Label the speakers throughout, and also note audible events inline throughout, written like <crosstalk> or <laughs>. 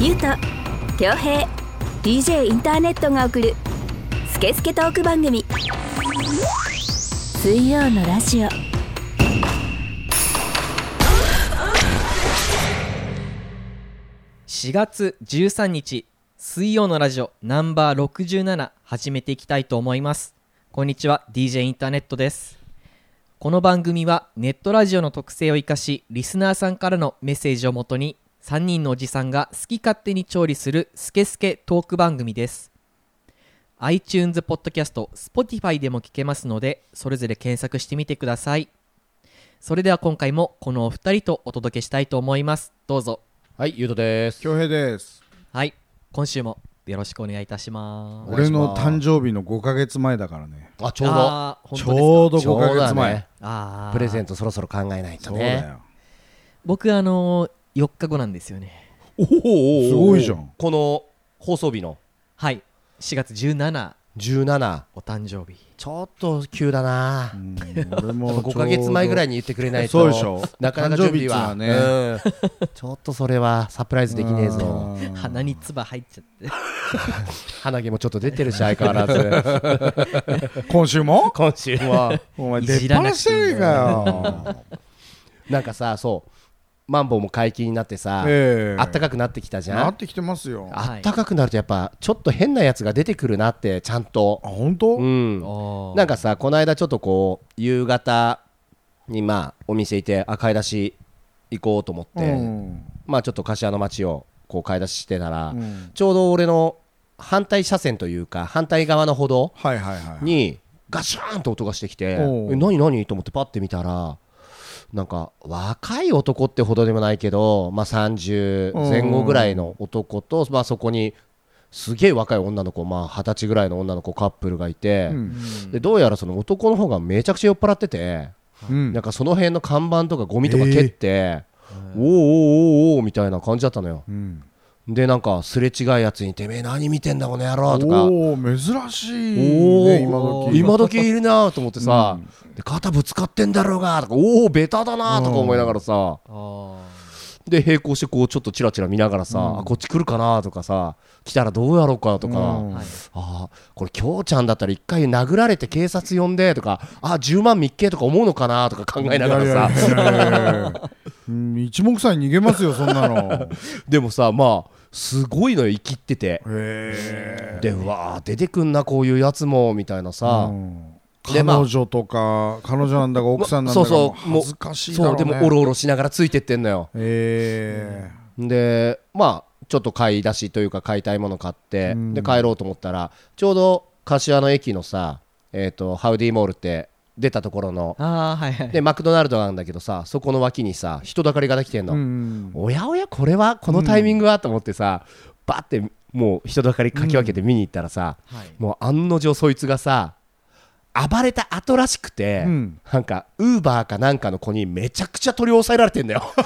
Speaker 1: ゆうと恭平 DJ インターネットが送る「スケスケトーク番組」水曜のラジオ
Speaker 2: 4月13日水曜のラジオナンバー67始めていきたいと思いますこんにちは DJ インターネットですこの番組はネットラジオの特性を生かしリスナーさんからのメッセージをもとに3人のおじさんが好き勝手に調理するスケスケトーク番組です iTunes ポッドキャスト Spotify でも聞けますのでそれぞれ検索してみてくださいそれでは今回もこのお二人とお届けしたいと思いますどうぞ
Speaker 3: はい、ゆうとです。
Speaker 4: 恭平です
Speaker 2: はい、今週もよろしくお願いいたします。
Speaker 3: お願い
Speaker 4: 俺
Speaker 3: しま
Speaker 4: の
Speaker 3: す
Speaker 4: 誕生日の5ヶ月前だからね
Speaker 3: あ、ちょうど。
Speaker 2: あー本
Speaker 4: ち
Speaker 2: 当ですか
Speaker 4: ょうど
Speaker 3: ちょ
Speaker 4: 5
Speaker 3: う
Speaker 4: ヶ
Speaker 3: どだ
Speaker 4: 月前
Speaker 3: ね。
Speaker 2: あ
Speaker 3: プレゼン
Speaker 2: ト。
Speaker 3: トそろそろ考えないと
Speaker 4: そうだ
Speaker 3: ね。
Speaker 4: よ
Speaker 2: 僕あのー、4日後なんですよね。
Speaker 3: おお
Speaker 4: すごいじゃん
Speaker 3: この放送日の
Speaker 2: はい、4月17
Speaker 3: 17。
Speaker 2: お誕生日。
Speaker 3: ちょっと急だな
Speaker 4: う。ん俺も
Speaker 3: 5ヶ月前ぐらいに
Speaker 4: に
Speaker 3: 言ってくれないと。
Speaker 4: そうでしょ
Speaker 3: なかなか準備は。
Speaker 4: 誕生日っての
Speaker 3: うんちょっとそれはサプライズできねえぞ。
Speaker 2: 鼻に唾入っちゃって。
Speaker 3: 鼻毛もちょっと出てるし、相変わら
Speaker 4: <laughs>
Speaker 3: ず。
Speaker 4: 今週も
Speaker 3: 今週は。
Speaker 4: お前
Speaker 2: い
Speaker 4: 出
Speaker 2: じ
Speaker 4: っ
Speaker 2: らな
Speaker 4: 放
Speaker 2: く
Speaker 4: して
Speaker 2: いい
Speaker 4: て
Speaker 2: んだ
Speaker 4: るかよ
Speaker 3: なんかさ、そう。マンボウも解禁になってさ、
Speaker 4: ええ
Speaker 3: あったかくなってきたじゃ
Speaker 4: なんっ。てきてますよ
Speaker 3: あ
Speaker 4: あ
Speaker 3: ったかくなるとやっぱちょっと変なやつが出てくるなってちゃんと、
Speaker 4: 本当
Speaker 3: うん、
Speaker 2: おー
Speaker 3: なんかさこの間ちょっとこう夕方にまあお店行ってあ買い出し行こうと思って、
Speaker 4: うん
Speaker 3: まあちょっと柏の街をこう買い出ししてたら、
Speaker 4: うん
Speaker 3: ちょうど俺の反対車線というか反対側の歩道
Speaker 4: はいはいはい
Speaker 3: にガシャーンと音がしてきて「
Speaker 4: おう
Speaker 3: え何何?」と思ってパッて見たらなんか若い男ってほどでもないけど、まあ、30前後ぐらいの男と、まあ、そこにすげえ若い女の子まあ二十歳ぐらいの女の子カップルがいて、
Speaker 4: うん
Speaker 2: うん
Speaker 3: でどうやらその男の方がめちゃくちゃ酔っ払ってて、
Speaker 4: うん
Speaker 3: なんかその辺の看板とかゴミとか蹴って、おーおーおーおーみたいな感じだったのよ
Speaker 4: うん
Speaker 3: でなんかすれ違いやつに「てめえ何見てんだこの野郎」とか
Speaker 4: おお珍し
Speaker 3: お
Speaker 4: いね今
Speaker 3: お
Speaker 4: 時
Speaker 3: 今時いるなと思ってさ、で肩ぶつかってんだろうがとかおおベタだなとか思いながらさ、
Speaker 2: あ
Speaker 3: で並行してこうちょっとチラチラ見ながらさ、あこっち来るかなとかさ来たらどうやろうかとか、
Speaker 4: うん
Speaker 2: ーはい。
Speaker 3: ああこれ京ちゃんだったら一回殴られて警察呼んでとかあ10万密計とか思うのかなとか考えながら
Speaker 4: い
Speaker 3: さ
Speaker 4: やいやいやいやいやうん一目散に逃げますよそんなの
Speaker 3: でもさまあすごいのよ生きってて。
Speaker 4: へえ
Speaker 3: でうわー出てくんなこういうやつもみたいなさ、
Speaker 4: うん
Speaker 3: で
Speaker 4: 彼
Speaker 3: まあ
Speaker 4: 女とか彼女なんだか奥さんなんだ
Speaker 3: そうそ
Speaker 4: かも
Speaker 3: ううもう
Speaker 4: 恥ずかしいだろ
Speaker 3: そううで
Speaker 4: ね
Speaker 3: もおろおろしながらついてってんのよ
Speaker 4: え
Speaker 3: でまあちょっと買い出しというか買いたいもの買って、
Speaker 4: うん
Speaker 3: で帰ろうと思ったらちょうど柏の駅のさ、えー、とハウディモールって出たところの
Speaker 2: あーはいはい。
Speaker 3: でマクドナルドなんだけどさそこの脇にさ人だかりができてん
Speaker 4: え
Speaker 3: の、
Speaker 4: うん
Speaker 3: おやおやこれはこのタイミングは、と思ってさバッてもう人だかりかき分けて見に行ったらさ、
Speaker 2: はい
Speaker 3: もう案の定そいつがさ暴れた後らしくて、
Speaker 4: うん
Speaker 3: なんかウーバーかなんかの子にめちゃくちゃ取り押さえられてんだ
Speaker 4: <laughs>
Speaker 3: よ <laughs>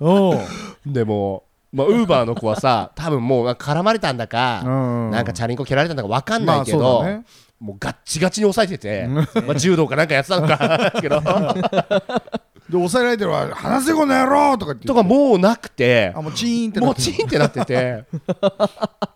Speaker 4: おう
Speaker 3: でもう、まあ、ウーバーの子はさ多分もうなんか絡まれたんだ
Speaker 4: う
Speaker 3: か、
Speaker 4: ん
Speaker 3: なんかチャリンコ蹴られたんだか分かんないけど、
Speaker 4: まあそうだね
Speaker 3: もうガッチガチに抑えてて、まあ、柔道かなんかやってたの
Speaker 4: <laughs>
Speaker 3: かけど
Speaker 4: で抑えられてるわ話せこの野郎とか言って
Speaker 3: とかもうなくて
Speaker 4: あもうチーンってな
Speaker 3: も
Speaker 4: っ
Speaker 3: う
Speaker 4: て
Speaker 3: チンってなってて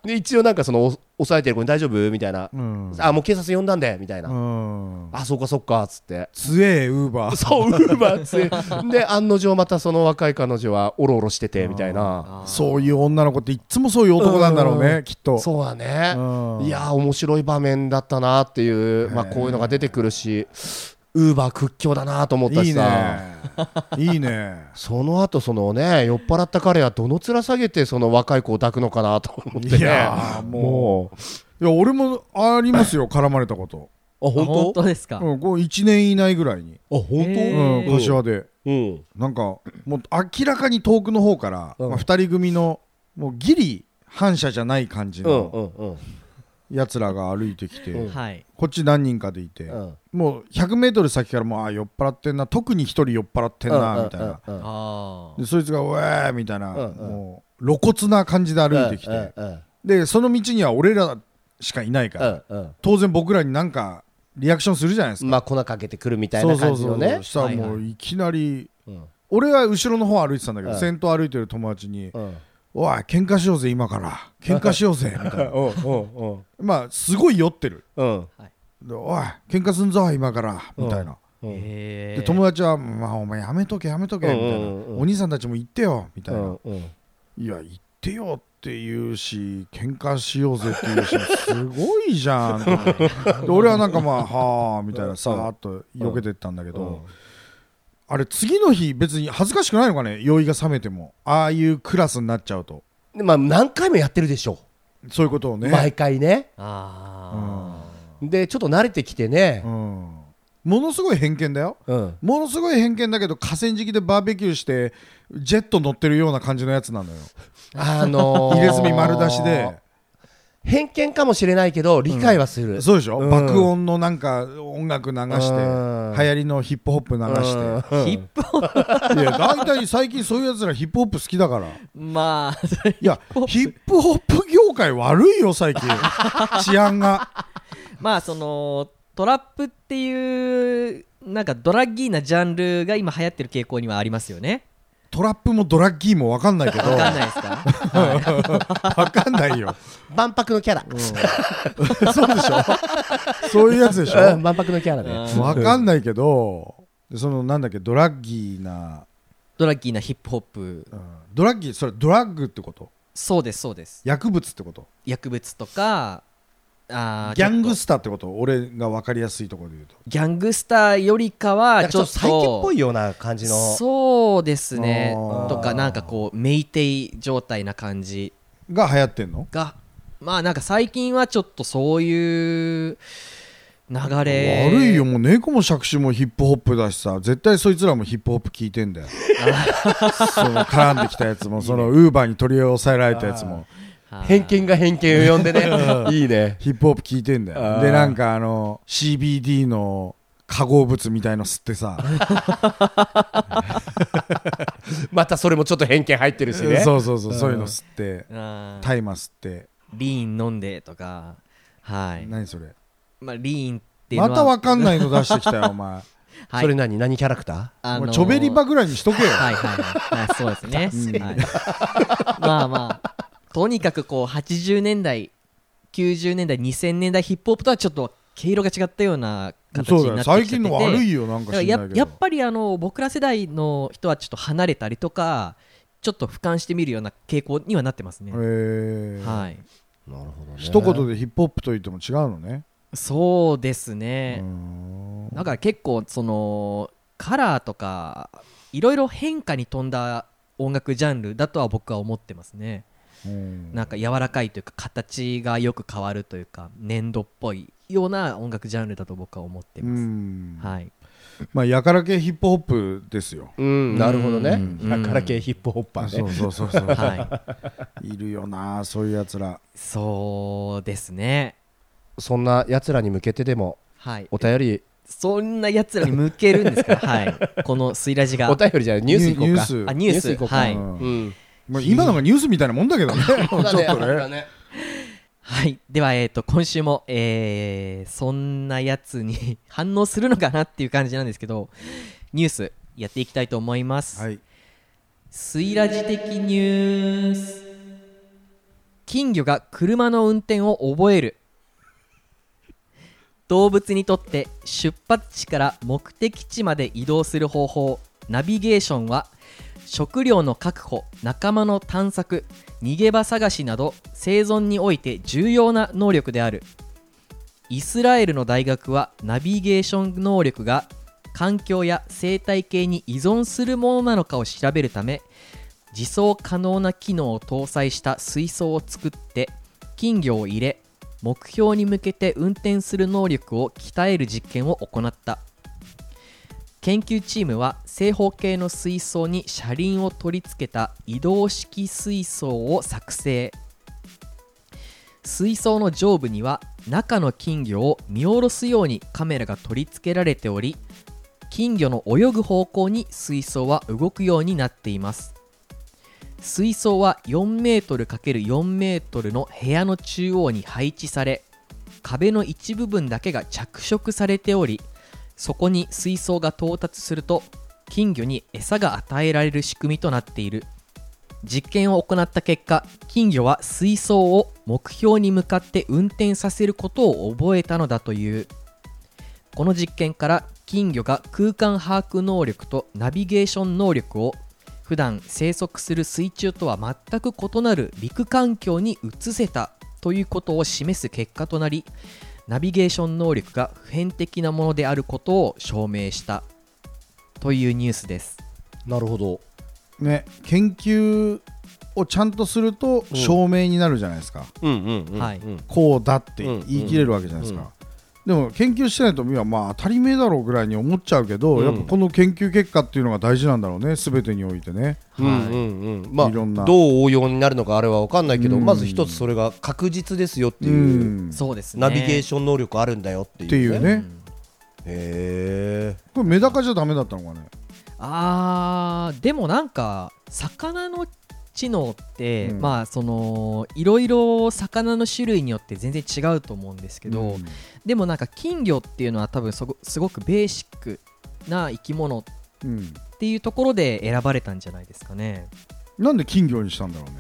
Speaker 3: で一応なんかそのお抑えてる子に大丈夫みたいな、
Speaker 4: うん
Speaker 3: あもう警察呼んだんでみたいな、
Speaker 4: うん
Speaker 3: あそうかそうかっつって
Speaker 4: 強えウーバー
Speaker 3: そう、ウーバーついで、案の定またその若い彼女はおろおろしてて、みたいな。
Speaker 2: あー
Speaker 4: そういう女の子っていっつもそういう男なんだろう
Speaker 3: う
Speaker 4: ねきっと
Speaker 3: そうだね
Speaker 4: うん。
Speaker 3: いやー、面白い場面だったなっていう、まあ、こういうのが出てくるし、ウーバー屈強だなと思った
Speaker 4: い
Speaker 3: し
Speaker 4: い
Speaker 3: さ。
Speaker 4: ねいいね
Speaker 3: その後そのね酔っ払った彼はどの面下げてその若い子を抱くのかなと思って
Speaker 4: い
Speaker 3: <laughs> ね
Speaker 4: やーも
Speaker 3: も
Speaker 4: いや俺もありますよ絡まれたこと
Speaker 3: うあ
Speaker 2: あ本
Speaker 3: 本当
Speaker 2: 当ですか。
Speaker 4: うんこう1年以内ぐらいに
Speaker 3: あ本
Speaker 2: へ
Speaker 3: 当
Speaker 2: ー
Speaker 4: うん柏で
Speaker 3: うん
Speaker 4: なんかもう明らかに遠くの方から、
Speaker 3: うん
Speaker 4: まあ、2人組のもうギリ反射じゃない感じ
Speaker 3: うん
Speaker 4: の
Speaker 3: うんうん
Speaker 4: やつらが歩いてきて、
Speaker 3: うん
Speaker 2: はい。
Speaker 4: こっち何人かでいて、
Speaker 3: うん
Speaker 4: もう 100m 先からもうあー酔っ払ってんな特に1人酔っ払ってんなみたいな、
Speaker 3: うんうん
Speaker 2: あ
Speaker 4: でそいつが「うえー」みたいな、
Speaker 3: うんうん
Speaker 4: もう露骨な感じで歩いてきて、
Speaker 3: うんうん
Speaker 4: でその道には俺らしかいないから、
Speaker 3: うんうん
Speaker 4: 当然僕らになんかリアクションするじゃないですか、
Speaker 3: まあ粉かけてくるみたい
Speaker 4: そう
Speaker 3: な
Speaker 4: そ
Speaker 3: 感
Speaker 4: う
Speaker 3: じ
Speaker 4: そ
Speaker 3: の
Speaker 4: う、
Speaker 3: ね
Speaker 4: したらもういきなり、
Speaker 3: うん
Speaker 4: 俺は後ろの方歩いてたんだけど、
Speaker 3: うん
Speaker 4: 先頭歩いてる友達に
Speaker 3: うんうん
Speaker 4: 「おい喧嘩しようぜ今から喧嘩しよ
Speaker 3: <laughs>
Speaker 4: うぜ」みたいな
Speaker 3: うん
Speaker 4: まあすごい酔ってる
Speaker 3: うん
Speaker 4: 「でおい喧嘩すんぞ今から」みたいな、
Speaker 3: うん
Speaker 2: へー
Speaker 4: で友達は「まあお前やめとけやめとけ」みたいな、
Speaker 3: うんうんうん
Speaker 4: お兄さんたちも行ってよ」みたいな「
Speaker 3: うん
Speaker 4: いや行ってよ」って言うし喧嘩しようぜって言うしすごいじゃんと思ってで俺はなんかまあ「はあ」みたいなさーっと避けてったんだけど、あれ次の日別に恥ずかしくないのかね酔いが冷めてもああいうクラスになっちゃうと
Speaker 3: でまあ何回もやってるでしょ
Speaker 4: そういうことをね、
Speaker 3: 毎回ね
Speaker 2: あ
Speaker 3: でちょっと慣れてきてね
Speaker 4: うん、ものすごい偏見だよ
Speaker 3: うん
Speaker 4: ものすごい偏見だけど河川敷でバーベキューしてジェット乗ってるような感じのやつなのよ
Speaker 3: あのー
Speaker 4: <laughs> 入れ墨丸出しで
Speaker 3: 偏見かもしれないけど理解はする
Speaker 4: そうでしょ、
Speaker 3: うん
Speaker 4: 爆音のなんか音楽流し
Speaker 3: う
Speaker 4: て
Speaker 3: ん
Speaker 4: 流行りのヒップホップ流し
Speaker 2: あ、
Speaker 3: うん
Speaker 2: ヒップ
Speaker 4: ていや大体最近そういうやつらヒップホップ好きだから
Speaker 2: まあそ <laughs> れ
Speaker 4: いやヒップホップ業界悪いよ最近治安が
Speaker 2: まあそのトラップっていうなんかドラッギーなジャンルが今流行ってる傾向にはありますよね
Speaker 4: トラップもドラッキーも分かんないけど
Speaker 2: わかんないですか
Speaker 4: わかんないよ。
Speaker 3: 万博のキャラ
Speaker 4: そうでしょそういうやつでし
Speaker 3: う
Speaker 4: ょ
Speaker 3: ん万博のキャラね
Speaker 2: うん
Speaker 4: わかんないけど、そのなんだっけ、ドラッギーな、
Speaker 2: ドラッギーなヒップホップ
Speaker 4: うんドラッギー、それドラッグってこと
Speaker 2: そうですそうです
Speaker 4: 薬物ってこと
Speaker 2: 薬物とかあー
Speaker 4: ギャング
Speaker 2: ちょっ
Speaker 4: スターってこと俺が分かりやすいところで言うと。
Speaker 2: とギャングスターよりか
Speaker 3: なん
Speaker 2: は
Speaker 3: か
Speaker 2: ち
Speaker 3: ち
Speaker 2: ょっ
Speaker 3: ょっと
Speaker 2: と
Speaker 3: 最近っぽいような感じの
Speaker 2: そうですね
Speaker 4: あー
Speaker 2: とかなんかこうメイテイ状態な感じ
Speaker 4: が流行ってんの
Speaker 2: がまあなんか最近はちょっとそういう流れ
Speaker 4: 悪いよ、もう猫も杓子もヒップホップだしさ、絶対そいつらもヒップホップ聞いて
Speaker 2: <laughs>
Speaker 4: んだよ。その絡んできたやつも、そのウーバーに取り押さえられたやつも。
Speaker 2: はい
Speaker 3: 偏見が偏見を呼んでねいいね
Speaker 4: ヒップホップ聞いてんだ
Speaker 3: あ
Speaker 4: よ
Speaker 3: ー
Speaker 4: でなんかあの CBD の化合物みたいの吸ってさ、
Speaker 3: またそれもちょっと偏見入ってるしね
Speaker 4: そうそうそうそういうの吸って
Speaker 2: あー
Speaker 4: 大麻吸って
Speaker 2: リーン飲んでとかはい
Speaker 4: 何それ
Speaker 2: まあリーンっていうのは
Speaker 4: またわかんないの出してきたよお前
Speaker 2: はい
Speaker 3: それ何何キャラクター
Speaker 2: <laughs> あのー
Speaker 4: お前チョベリバぐらいにしとけよ
Speaker 2: はいはいはいあそうですね、はい、まあまあとにかくこう80年代90年代2000年代ヒップホップとはちょっと毛色が違ったような形
Speaker 4: そう
Speaker 2: にな
Speaker 4: だ
Speaker 2: って
Speaker 4: よ
Speaker 2: きちゃって
Speaker 4: 最
Speaker 2: て
Speaker 4: 近の悪いよなん
Speaker 2: だ
Speaker 4: か
Speaker 2: から
Speaker 4: 知らな
Speaker 2: や
Speaker 4: いけど
Speaker 2: やっぱりあの僕ら世代の人はちょっと離れたりとかちょっと俯瞰してみるような傾向にはなってますね、
Speaker 4: へー
Speaker 2: はい
Speaker 3: なるほどね
Speaker 4: 一言でヒップホップと言っても違うのね
Speaker 2: そうです
Speaker 4: うー
Speaker 2: ね、
Speaker 4: ん
Speaker 2: だから結構そのカラーとかいろいろ変化に富んだ音楽ジャンルだとは僕は思ってますね
Speaker 4: うん
Speaker 2: なんか柔らかいというか形がよく変わるというか粘土っぽいような音楽ジャンルだと僕は思って
Speaker 4: う
Speaker 2: ます、
Speaker 4: ん
Speaker 2: はい
Speaker 4: まあやから系ヒップホップですよ
Speaker 3: うんなるほど
Speaker 2: う
Speaker 3: ね
Speaker 2: ん
Speaker 3: だから系ヒップホッパー
Speaker 4: そ
Speaker 3: ね
Speaker 4: うそうそうそう <laughs>
Speaker 2: はい
Speaker 4: るよなそういうやつら
Speaker 2: そうですね
Speaker 3: そんな奴らに向けてでも
Speaker 2: はい
Speaker 3: お便り
Speaker 2: そんなやつらに向けるんですかはいこのスイラジが
Speaker 3: お便りじゃないニュース行こうか
Speaker 2: あニュース
Speaker 3: ニュース行こうか
Speaker 2: はい、
Speaker 4: うん
Speaker 3: うん
Speaker 4: まあ、今のがニュースみたいなもんだけどねちょっとね
Speaker 3: ね
Speaker 2: はい、では、えー、と今週も、えーそんなやつに <laughs> 反応するのかなっていう感じなんですけどニュースやっていきたいと思います、
Speaker 4: はい
Speaker 2: スイラジ的ニュース金魚が車の運転を覚える動物にとって出発地から目的地まで移動する方法ナビゲーションは食料の確保仲間の探索逃げ場探しなど生存において重要な能力であるイスラエルの大学はナビゲーション能力が環境や生態系に依存するものなのかを調べるため自走可能な機能を搭載した水槽を作って金魚を入れ目標に向けて運転する能力を鍛える実験を行った研究チームは正方形の水槽に車輪を取り付けた移動式水槽を作成水槽の上部には中の金魚を見下ろすようにカメラが取り付けられており金魚の泳ぐ方向に水槽は動くようになっています水槽は 4m×4m の部屋の中央に配置され壁の一部分だけが着色されておりそこに水槽が到達すると金魚に餌が与えられる仕組みとなっている実験を行った結果金魚は水槽を目標に向かって運転させることを覚えたのだというこの実験から金魚が空間把握能力とナビゲーション能力を普段生息する水中とは全く異なる陸環境に移せたということを示す結果となりナビゲーション能力が普遍的なものであることを証明したというニュースです
Speaker 3: なるほど
Speaker 4: ね、研究をちゃんとすると
Speaker 3: うん
Speaker 4: 証明になるじゃないですか、
Speaker 3: うんうんうん
Speaker 2: はい
Speaker 3: うん
Speaker 4: こうだって
Speaker 3: うん
Speaker 4: 言い切れるわけじゃないですか、
Speaker 3: うん
Speaker 4: でも研究してないとはまあ当たり前だろうぐらいに思っちゃうけど、
Speaker 3: うん
Speaker 4: やっぱこの研究結果っていうのが大事なんだろうね全てにおいてね
Speaker 3: うんう
Speaker 2: はい
Speaker 3: んうんまあ
Speaker 4: いろんな
Speaker 3: どう応用になるのかあれは分かんないけど
Speaker 4: うん
Speaker 3: まず一つそれが確実ですよって
Speaker 4: う
Speaker 3: いうん
Speaker 2: そうですね
Speaker 3: ナビゲー
Speaker 2: ョ
Speaker 3: ション能力あるんだよっていう
Speaker 4: っていう
Speaker 3: ね
Speaker 4: ね
Speaker 3: へ
Speaker 4: これメダカじゃダメだったのかね
Speaker 2: ンあーでもなんか魚の知能って、
Speaker 4: うん
Speaker 2: まあそのいろいろ魚の種類によって全然違うと思うんですけど、
Speaker 4: うん
Speaker 2: でもなんか金魚っていうのは多分そこすごくベーシックな生き物っ
Speaker 4: うん
Speaker 2: ていうところで選ばれたんじゃないですかね
Speaker 4: なんで金魚にしたんだろうね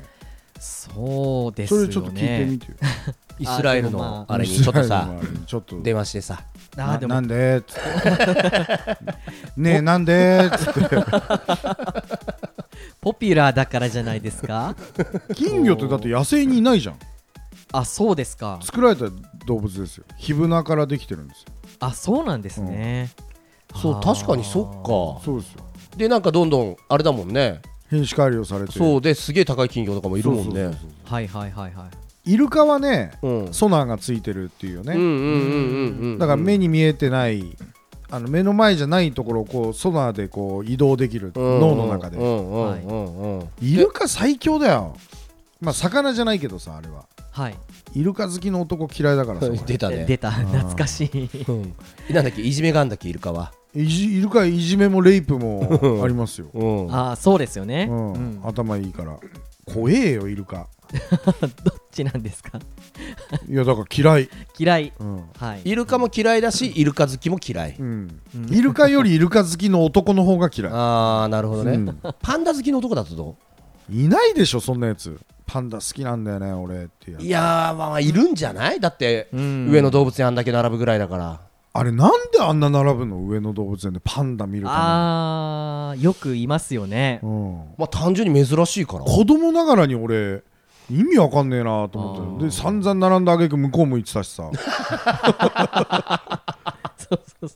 Speaker 2: そうです
Speaker 4: そ
Speaker 2: よね
Speaker 4: れちょっと聞いてみてよ
Speaker 3: イスラエル
Speaker 2: あでもま
Speaker 3: の
Speaker 2: あ
Speaker 3: あれにちょっとさ
Speaker 4: あれにちょっと
Speaker 3: 電話してさ
Speaker 2: あー
Speaker 4: な
Speaker 2: で
Speaker 4: な
Speaker 2: も
Speaker 4: んでっつってねえなんでっつって
Speaker 2: ポピュラーだからじゃないですか
Speaker 4: 金魚ってだって野生にいないじゃん
Speaker 2: あそうですか
Speaker 4: 作られた動物ですよヒブナからできてるんですよ
Speaker 2: あそうなんですね、
Speaker 3: そう
Speaker 2: あー
Speaker 3: 確かにそっか
Speaker 4: そうですよ
Speaker 3: でなんかどんどんあれだもんね
Speaker 4: 品種改良されて
Speaker 3: そうですげえ高い金魚とかもいるもん
Speaker 4: そう
Speaker 3: ね
Speaker 4: そうそう
Speaker 2: はいはいはいはい
Speaker 4: イルカはね
Speaker 3: うん
Speaker 4: ソナーがついてるっていうよ
Speaker 3: うんう
Speaker 4: ね
Speaker 3: んうんうんうん
Speaker 4: だから目に見えてないあの目の前じゃないところをこうソナーでこう移動できる
Speaker 3: うん
Speaker 4: 脳の中
Speaker 3: う
Speaker 4: で
Speaker 3: んうんうんうんうん
Speaker 4: イルカ最強だよまあ魚じゃないけどさあれは
Speaker 2: はい
Speaker 4: イルカ好きの男嫌いだか
Speaker 3: <laughs>
Speaker 4: らさ
Speaker 3: 出たね
Speaker 2: 出た懐かしい
Speaker 3: うん <laughs> なんだっけいじめがあんだっけイルカは、
Speaker 4: 俺いじイルカはいじめもレイプもありますよ
Speaker 3: うん
Speaker 2: あーそうですよね、
Speaker 4: う
Speaker 2: うん
Speaker 4: ん、
Speaker 2: <laughs> どっ
Speaker 4: 頭いいから怖えよイルカ
Speaker 2: ちなんですか
Speaker 4: いやだから嫌い、
Speaker 2: 嫌い
Speaker 4: うん
Speaker 2: はい
Speaker 3: イルカも嫌いだしイルカ好きも嫌い
Speaker 4: うん
Speaker 2: うん
Speaker 4: イルカよりイルカ好きの男の方が
Speaker 3: <laughs>
Speaker 4: 嫌い、
Speaker 3: ああなるほど
Speaker 4: う
Speaker 3: ね
Speaker 4: ん
Speaker 3: パンダ好きの男だとど
Speaker 4: いないでしょそんなやつパンダ好きなんだよね俺っていうう
Speaker 3: いやーまあまあいるんじゃないだって
Speaker 2: うん
Speaker 3: 上野動物園あんだけ並ぶぐらいだから
Speaker 4: あれなんであんな並ぶの上野動物園でパンダ見るた
Speaker 2: あーよくいますよね
Speaker 4: めに、うん、
Speaker 3: まあ単純に珍しいから
Speaker 4: 子供ながらに俺意味わかんねえなと思って
Speaker 2: あー
Speaker 4: で散々並んだあげく向こう向いてた
Speaker 3: <laughs>
Speaker 4: しさ
Speaker 2: そうそうそう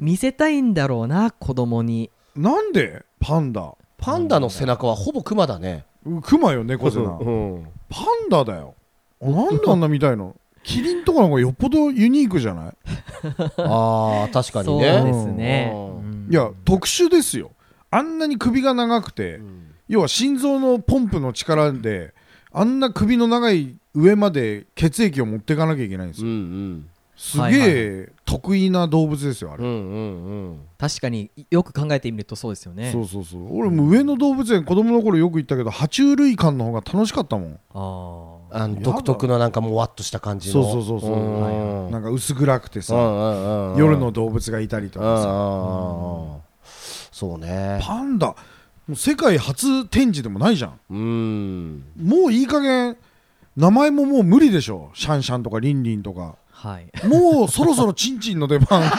Speaker 2: 見せたいんだろうな子供に
Speaker 4: なんでパンダ
Speaker 3: パンダの背中はほぼクマだね
Speaker 4: うクマよ猫背な
Speaker 3: うん
Speaker 4: パンダだよあなんであんな見たいのキリンとかの方がよっぽどユニークじゃない
Speaker 3: あー確かに
Speaker 2: そうで
Speaker 3: ね
Speaker 2: すね、
Speaker 3: うん
Speaker 2: うん
Speaker 4: いや特殊ですよあんなに首が長くて、
Speaker 3: ん
Speaker 4: 要は心臓のポンプの力であんな首の長い上まで血液を持っていかなきゃいけないんで
Speaker 3: う
Speaker 4: す
Speaker 3: んう
Speaker 4: よ、
Speaker 3: ん
Speaker 4: すげえ得意な動物ですよあ
Speaker 3: う
Speaker 4: れ、
Speaker 3: んうんうん
Speaker 2: 確かによく考えてみるとそうですよね
Speaker 4: そうそうそう俺も上野動物園子供の頃よく行ったけど爬虫類館の方が楽しかったもん
Speaker 2: ああ
Speaker 3: あの独特のなんかもうワッとした感じ
Speaker 4: そ
Speaker 3: の
Speaker 4: うそうそうそう
Speaker 3: うん
Speaker 4: はいはいなんか薄暗くてさ、
Speaker 3: うんうんうん
Speaker 4: 夜の動物がいたりと
Speaker 3: うんう
Speaker 4: かさ、
Speaker 3: んうんそうね
Speaker 4: パンダもう世界初展示でもないじゃん
Speaker 3: うん
Speaker 4: もういい加減名前ももう無理でしょシャンシャンとかリンリンとか
Speaker 2: はい <laughs>
Speaker 4: もうそろそろチンチンの出番が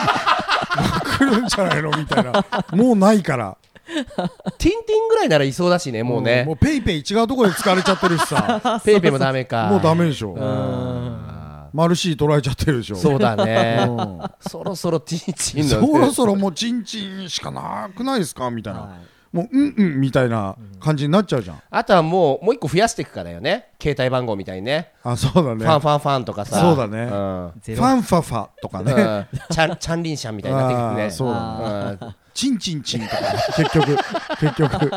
Speaker 4: 来るんじゃないのみたいなもうないから
Speaker 3: ティンティンぐらいならいそうだしねもうね
Speaker 4: もうペイペイ違うところで使われちゃってるし <laughs> さ
Speaker 3: ペイペイもダメか
Speaker 4: もうダメでしょ、
Speaker 3: うん
Speaker 4: マルシー取られちゃってるでしょ
Speaker 3: そうだね
Speaker 4: うん
Speaker 3: そろそろティンチン
Speaker 4: そ
Speaker 3: のね
Speaker 4: ろそろもうチンチンしかなくないですかみたいな、
Speaker 2: はい
Speaker 4: もううんうんみたいな感じになっちゃうじゃん
Speaker 3: あとはもうもう一個増やしていくかだよね携帯番号みたいにね
Speaker 4: あそうだ
Speaker 3: フ
Speaker 4: ね
Speaker 3: ァンファンファンとかさ
Speaker 4: そうだねフ
Speaker 2: ゼロ
Speaker 4: ァンファファとか
Speaker 3: うん
Speaker 4: ね、
Speaker 3: チャンチャンリンシャンみたいになって
Speaker 4: あー
Speaker 3: くる
Speaker 4: そうだね
Speaker 3: ね
Speaker 4: チンチンチンとか、ね、結局結局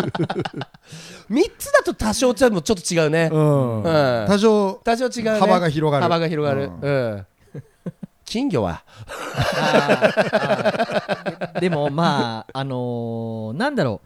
Speaker 3: うん3つだと多少ちょっと違うね
Speaker 4: うん
Speaker 3: うん
Speaker 4: 多少
Speaker 3: 多少違うね
Speaker 4: 幅が広がる
Speaker 3: 幅が広がる
Speaker 4: う
Speaker 3: うん金魚は
Speaker 2: でもまああのーなんだろ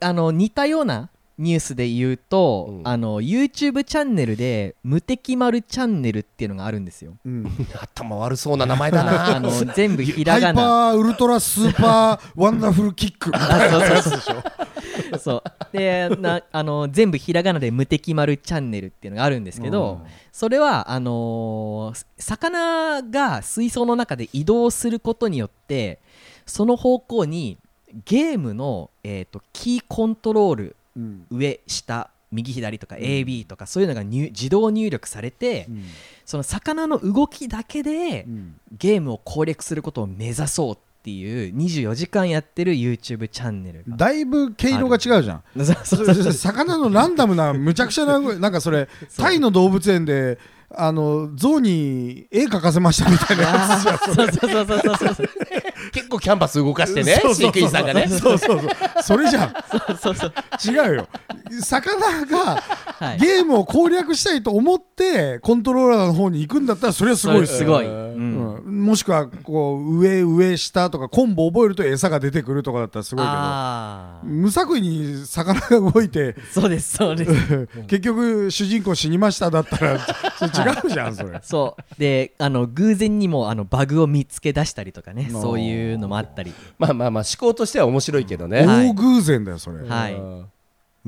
Speaker 2: うあの似たようなニュースで言うと、
Speaker 3: うん
Speaker 2: あの YouTube チャンネルで「無敵丸チャンネル」っていうのがあるんですよ。
Speaker 4: うん
Speaker 3: 頭悪そうな名前だ
Speaker 2: あ
Speaker 4: <laughs>
Speaker 3: な
Speaker 2: の全部ひら
Speaker 4: ハイパ
Speaker 2: がな。
Speaker 4: ーウルトラスーパーワンダフルキック
Speaker 2: そうそうそうそうでなあの全部ひらがなで「無敵丸チャンネル」っていうのがあるんですけど、それはあのー魚が水槽の中で移動することによってその方向にゲームの、えー、とキーコントロール
Speaker 4: うん
Speaker 2: 上下右左とか AB とかそういうのが入自動入力されて
Speaker 4: うん
Speaker 2: その魚の動きだけで
Speaker 4: うん
Speaker 2: ゲームを攻略することを目指そうっていう24時間やってる YouTube チャンネルが。
Speaker 4: だいぶ毛色が違うじゃん
Speaker 2: そうそうそう
Speaker 4: 魚のランダムなむちゃくちゃななんかそれタイの動物園であの象に絵描かせましたみたいなやつじゃん
Speaker 2: そうそうそうそうそう
Speaker 3: 結構キャンバス動かしてね飼育員さんがね
Speaker 4: そうそうそうそれじゃん
Speaker 2: そうそう
Speaker 4: 違うよ魚が
Speaker 2: はい
Speaker 4: ゲームを攻略したいと思ってコントローラーの方に行くんだったらそれはすごいっ
Speaker 2: それす
Speaker 4: よ
Speaker 2: ごいうん
Speaker 4: うんもしくはこう上上下とかコンボ覚えると餌が出てくるとかだったらすごいけど
Speaker 2: あー
Speaker 4: 無作為に魚が動いて <laughs>
Speaker 2: そうですそうです
Speaker 4: 結局主人公死にましただったらそれ違うじゃんそれ
Speaker 2: そうであの偶然にもあのバグを見つけ出したりとかね
Speaker 4: あー
Speaker 2: そういうのもあったり
Speaker 3: <laughs> まあまあまあ思考としては面白いけどね、
Speaker 2: はい
Speaker 4: 大偶然だよそれ
Speaker 2: はい
Speaker 3: うん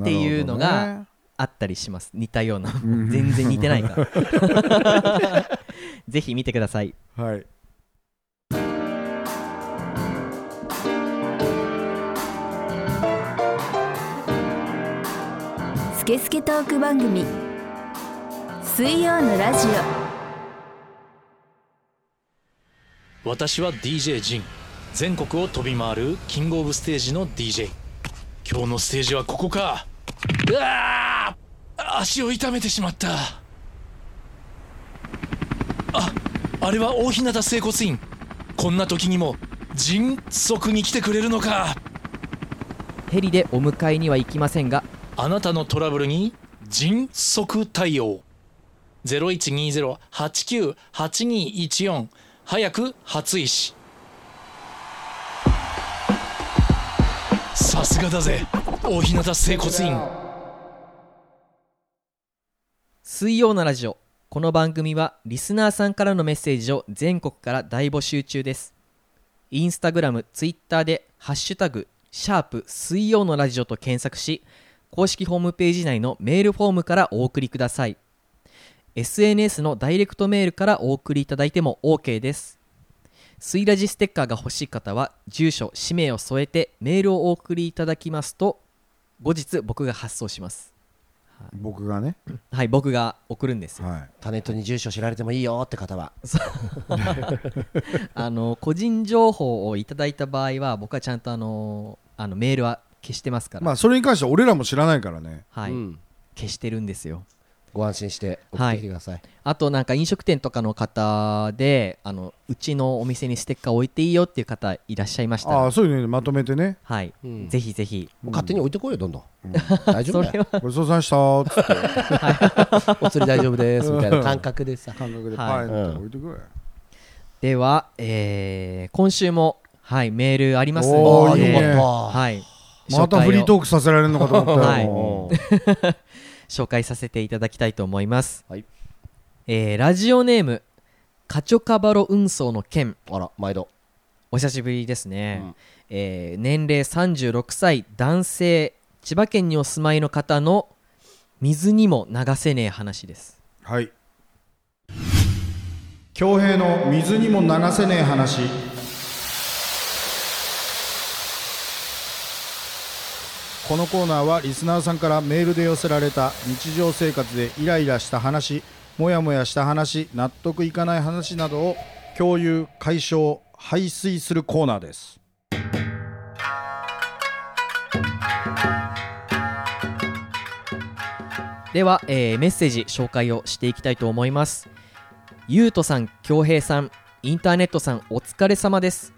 Speaker 2: っていうのが
Speaker 4: なるほどね
Speaker 2: あったりします似たような
Speaker 4: ん
Speaker 2: 全然似てないから <laughs> ぜひ見てください
Speaker 4: はい
Speaker 1: スケスケトーク番組水曜のラジオ
Speaker 5: 私は DJ ジン全国を飛び回るキングオブステージの DJ 今日のステージはここかうわー足を痛めてしまったああれは大日向整骨院こんな時にも迅速に来てくれるのか
Speaker 2: ヘリでお迎えには行きませんが
Speaker 5: あなたのトラブルに迅速対応0120-89-8214早く初石さすがだぜ大日向整骨院
Speaker 2: 水曜のラジオこの番組はリスナーさんからのメッセージを全国から大募集中ですインスタグラムツイッターで「ハッシュタグシャープ水曜のラジオ」と検索し公式ホームページ内のメールフォームからお送りください SNS のダイレクトメールからお送りいただいても OK です水ラジステッカーが欲しい方は住所氏名を添えてメールをお送りいただきますと後日僕が発送します
Speaker 4: 僕がね
Speaker 2: はい僕が送るんですよ
Speaker 4: は
Speaker 3: タネットに住所知られてもいいよって方は
Speaker 2: あの個人情報をいただいた場合は僕はちゃんとあのあのメールは消してますか
Speaker 4: い
Speaker 2: ら、
Speaker 4: まあそれに関しては俺らも知らないからね
Speaker 2: はい
Speaker 3: うん
Speaker 2: 消してるんですよ
Speaker 3: ご安心して送ってきてください、
Speaker 2: あとなんか飲食店とかの方であのうちのお店にステッカー置いていいよっていう方いらっしゃいましたら
Speaker 4: ああそういうのまとめてね
Speaker 2: はい、
Speaker 3: うん
Speaker 2: ぜひぜひ <laughs>
Speaker 3: もう勝手に置いてこいよどんどん、大丈
Speaker 2: そ
Speaker 3: 夫だ
Speaker 2: れ
Speaker 3: よ
Speaker 2: は
Speaker 4: ごちそうさまでしたっつって
Speaker 3: お釣り大丈夫ですみたいな感覚でさ
Speaker 4: 感覚で
Speaker 2: は
Speaker 4: パ
Speaker 2: い
Speaker 4: インって置いてくれ、
Speaker 2: では、えー今週もはいメールあります
Speaker 4: お
Speaker 2: の
Speaker 4: ー
Speaker 2: で
Speaker 4: いいね
Speaker 2: はい
Speaker 4: またフリートー
Speaker 2: ク
Speaker 4: クさせられるのかと思ったよ、
Speaker 2: はい
Speaker 4: もう
Speaker 2: <laughs> 紹介させていただきたいと思います、
Speaker 3: はい
Speaker 2: えーラジオネームカチョカバロ運送の件
Speaker 3: あら毎度
Speaker 2: お久しぶりですね、
Speaker 3: うん
Speaker 2: えー年齢36歳男性千葉県にお住まいの方の水にも流せねえ話です
Speaker 4: はい恭平の水にも流せねえ話このコーナーはリスナーさんからメールで寄せられた日常生活でイライラした話モヤモヤした話納得いかない話などを共有解消排水するコーナーです
Speaker 2: では、えーメッセージ紹介をしていきたいと思いますゆうとさん恭平さんインターネットさんお疲れ様です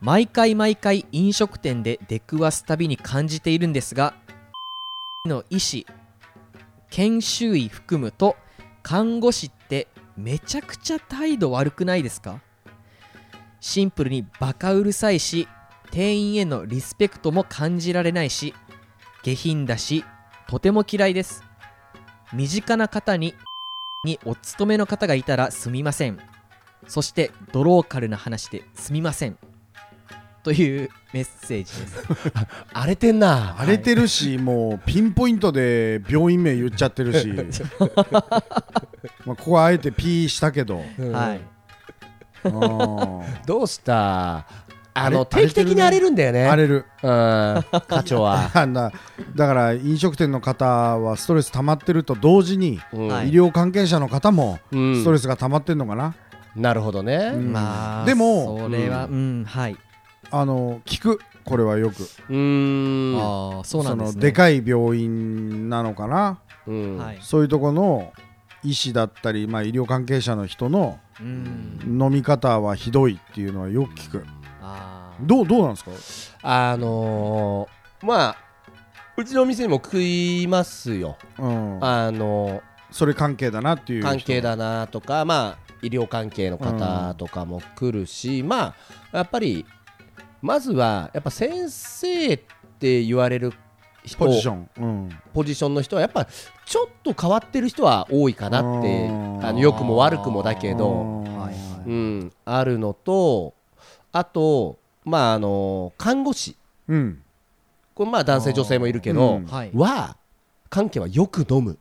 Speaker 2: 毎回毎回飲食店で出くわすたびに感じているんですがの医師研修医含むと看護師ってめちゃくちゃ態度悪くないですかシンプルにバカうるさいし店員へのリスペクトも感じられないし下品だしとても嫌いです身近な方ににお勤めの方がいたらすみませんそしてドローカルな話ですみませんというメッセージです
Speaker 3: 荒れてんな
Speaker 4: 荒れてるし、もうピンポイントで病院名言っちゃって
Speaker 2: <laughs>
Speaker 4: るし <laughs> まあここはあえてピーしたけど
Speaker 3: うん
Speaker 2: はい
Speaker 4: あー
Speaker 3: どうしたあ
Speaker 4: あ
Speaker 3: の
Speaker 4: れ
Speaker 3: 定期的に荒れるんだよね
Speaker 4: 荒れる <laughs>
Speaker 3: うん課長は
Speaker 4: あんなだから飲食店の方はストレス溜まってると同時に、
Speaker 3: うん
Speaker 2: はい
Speaker 4: 医療関係者の方も
Speaker 3: うん
Speaker 4: ストレスが溜まってんのかな、
Speaker 3: なるほどね
Speaker 4: うん
Speaker 2: まあ
Speaker 4: でも
Speaker 2: それはうん、はい
Speaker 4: あの聞くこれはよく
Speaker 3: うーん
Speaker 2: ああそうなんです
Speaker 4: そ
Speaker 2: ね
Speaker 4: のでかい病院なのかな
Speaker 3: うん
Speaker 2: はい
Speaker 4: そういうとこの医師だったり、まあ、医療関係者の人の
Speaker 2: うん
Speaker 4: 飲み方はひどいっていうのはよく聞く
Speaker 2: あー
Speaker 4: どうどうなんですか
Speaker 3: あのーまあうちのお店にも食いますよ
Speaker 4: うん、
Speaker 3: あのー
Speaker 4: それ関係だなっていう人
Speaker 3: 関係だなとか、まあ、医療関係の方とかも来るし、まあ、やっぱりまずはやっぱ先生って言われる人
Speaker 4: ポジション、うん、
Speaker 3: ポジションの人はやっぱちょっと変わってる人は多いかなって
Speaker 4: うん
Speaker 3: あの良くも悪くもだけど、
Speaker 4: うん
Speaker 2: はいは
Speaker 3: う
Speaker 2: い
Speaker 3: ん、あるのとあと、まあ、あの看護師
Speaker 4: うん
Speaker 3: これまあ男性女性もいるけど、
Speaker 4: うん
Speaker 2: はい
Speaker 3: は関係はよく飲む、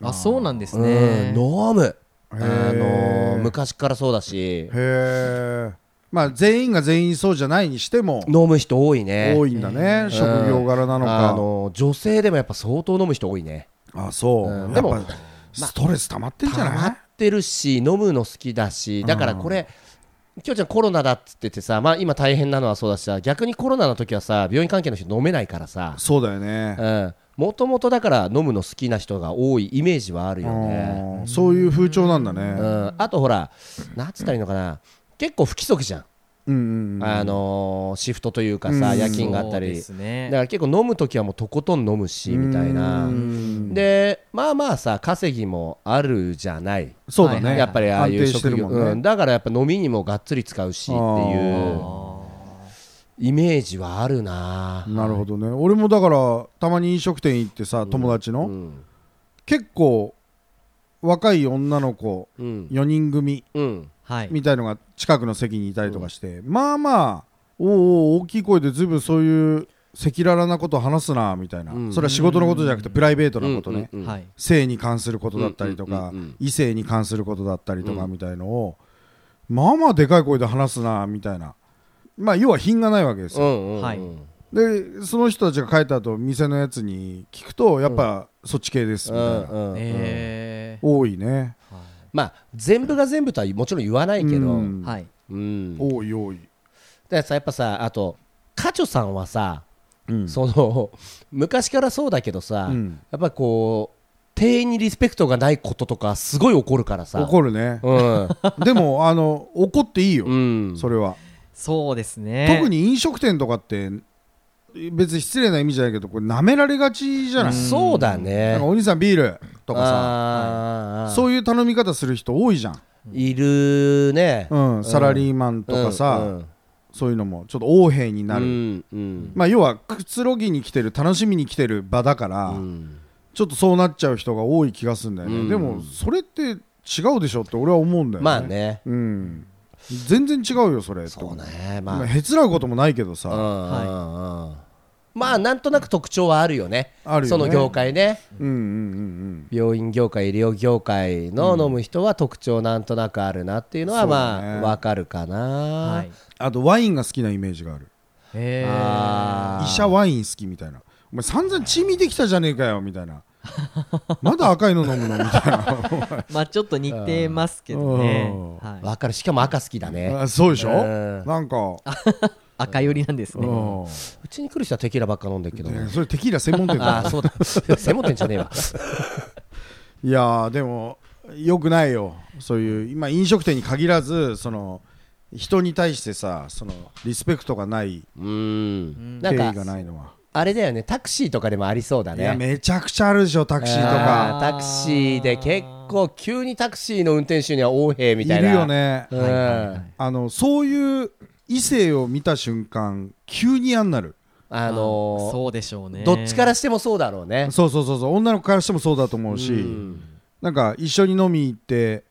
Speaker 2: あそうなんです
Speaker 3: うん
Speaker 2: ね
Speaker 3: 飲む
Speaker 4: あ
Speaker 3: あの昔からそうだし
Speaker 4: へえまあ全員が全員そうじゃないにしても
Speaker 3: 飲む人多いね
Speaker 4: 多いんだね、職業柄なのか、
Speaker 3: あの女性でもやっぱ相当飲む人多いね
Speaker 4: あそう、
Speaker 3: うん
Speaker 4: や
Speaker 3: で
Speaker 4: っ
Speaker 3: も
Speaker 4: ぱストレス溜まってんじゃ
Speaker 3: 溜ま
Speaker 4: ない、
Speaker 3: ってるし飲むの好きだしだからこれ、きょうちゃんコロナだっつっててさ、まあ、今大変なのはそうだしさ逆にコロナの時はさ病院関係の人飲めないからさ
Speaker 4: そうだよね、
Speaker 3: もともとだから飲むの好きな人が多いイメージはあるよね、
Speaker 4: うんそういう風潮なんだ
Speaker 3: う
Speaker 4: ね
Speaker 3: ん、あとほらなんつったらいいのかな結構不規則じゃん、
Speaker 4: うんうんうん
Speaker 3: あのーシフトというかさ、
Speaker 4: うん
Speaker 3: 夜勤があったり、
Speaker 2: そうですね
Speaker 3: だから結構飲む時はもうとことん飲むしみたいな、
Speaker 4: うん
Speaker 3: でまあまあさ稼ぎもあるじゃない、
Speaker 4: そうだね、
Speaker 2: はい
Speaker 3: やっぱりああい
Speaker 4: 安
Speaker 3: う
Speaker 4: 定して
Speaker 3: 職
Speaker 4: る
Speaker 3: 業、
Speaker 4: もんね
Speaker 3: うん、だからやっぱ飲みにもがっつり使うしっていうイメージはあるな、
Speaker 4: なるほどね俺もだからたまに飲食店行ってさ友達
Speaker 3: う
Speaker 4: の、
Speaker 3: ん
Speaker 4: 結構若い女の子
Speaker 3: うん
Speaker 4: 4人組
Speaker 3: うん、
Speaker 2: はい
Speaker 4: みたいのが近くの席にいたりとかして、まあまあおうおう大きい声でずいぶんそういう赤裸々なこと話すなみたいな、
Speaker 3: うん
Speaker 4: それは仕事のことじゃなくてプライベートなことね、
Speaker 3: うんうん
Speaker 2: はい
Speaker 4: 性に関することだったりとか、
Speaker 3: うんうんうんうん
Speaker 4: 異性に関することだったりとか
Speaker 3: うん
Speaker 4: みたいのを、まあまあでかい声で話すなみたいなまあ要は品がないわけです
Speaker 3: う
Speaker 4: よ、
Speaker 3: んうんうん
Speaker 2: はい
Speaker 4: でその人たちが帰った後店のやつに聞くとやっぱそっち系です
Speaker 3: う
Speaker 4: みたいな、
Speaker 3: んうん
Speaker 2: え
Speaker 4: 多いね
Speaker 3: まあ全部が全部とはもちろん言わないけど、う
Speaker 4: うん
Speaker 2: ー
Speaker 4: ん
Speaker 2: はい
Speaker 3: だか
Speaker 4: 多い多い、
Speaker 3: らさやっぱさあとカチョさんはさ、
Speaker 4: うん
Speaker 3: その <laughs> 昔からそうだけどさ、
Speaker 4: うん
Speaker 3: やっぱこう店員にリスペクトがないこととかすごい怒るからさ
Speaker 4: 怒るね
Speaker 3: うん
Speaker 4: でもあの怒っていいよ、
Speaker 3: うん
Speaker 4: それは、
Speaker 2: そうですね
Speaker 4: 特に飲食店とかって別に失礼な意味じゃないけどこれ舐められがちじゃない、
Speaker 3: そうだ
Speaker 4: な
Speaker 3: ね
Speaker 4: んかお兄さんビールとか
Speaker 3: あ
Speaker 4: さ
Speaker 3: ー
Speaker 4: そういう頼み方する人多いじゃん、
Speaker 3: いるね
Speaker 4: うん、サラリーマンとかさ、
Speaker 3: うん
Speaker 4: そういうのもちょっと横柄にな
Speaker 3: う
Speaker 4: る、
Speaker 3: んうん
Speaker 4: まあ要はくつろぎに来てる楽しみに来てる場だから、
Speaker 3: うん
Speaker 4: ちょっとそうなっちゃう人が多い気がするんだよね、
Speaker 3: うん
Speaker 4: でもそれって違うでしょって俺は思うんだよね
Speaker 3: まあね
Speaker 4: うん全然違うよそれって
Speaker 3: そうね
Speaker 4: ま
Speaker 3: ま
Speaker 4: あへつらうこともないけど
Speaker 3: あ
Speaker 4: さ、
Speaker 3: うんうんうんまあなんとなく特徴はあるよね
Speaker 4: あるよね
Speaker 3: その業界ね
Speaker 4: うんうんうん
Speaker 3: 病院業界医療業界の飲む人は特徴なんとなくあるなっていうのは
Speaker 4: そうね
Speaker 3: まあわかるかな
Speaker 2: はい
Speaker 4: あとワインが好きなイメージがある
Speaker 2: え
Speaker 3: あー
Speaker 4: 医者ワイン好きみたいなお前散々血見てきたじゃねえかよみたいな <laughs> まだ赤いの飲むのみたい
Speaker 2: まあちょっと似てますけどね
Speaker 4: うん
Speaker 2: はい
Speaker 3: わかるしかも赤好きだ <laughs>
Speaker 4: な
Speaker 3: ね
Speaker 4: あそうでしょ
Speaker 3: うん
Speaker 4: なんか
Speaker 2: 赤寄りなんです
Speaker 3: <laughs>
Speaker 2: ね
Speaker 4: うん
Speaker 3: うちに来る人はテキーラばっか飲んでるけど
Speaker 4: ね
Speaker 3: ね
Speaker 4: それテキーラ専門店
Speaker 3: あ
Speaker 4: だ
Speaker 3: あそうだ
Speaker 4: <laughs>
Speaker 3: 専門店じゃねえわ
Speaker 4: いやーでもよくないよそういう今飲食店に限らずその人に対してさそのリスペクトがない
Speaker 3: うんな
Speaker 4: 敬意
Speaker 3: んか
Speaker 4: がないのは、
Speaker 3: あれだよねタクシーとかでもありそうだ
Speaker 4: いや
Speaker 3: ね
Speaker 4: めちゃくちゃあるでしょタクシーとか
Speaker 3: あータクシーで結構急にタクシーの運転手には横柄み
Speaker 4: い
Speaker 3: たい
Speaker 4: る
Speaker 3: な
Speaker 4: よね
Speaker 3: うん
Speaker 2: はいはいはい
Speaker 4: あのそういう異性を見た瞬間急に嫌になる
Speaker 3: あ
Speaker 2: まあ
Speaker 3: の
Speaker 2: そうでしょうね
Speaker 3: どっちからしてもそうだろうね
Speaker 4: そうそうそうそう女の子からしてもそうだと思うし、
Speaker 3: うん
Speaker 4: なんか一緒に飲み行って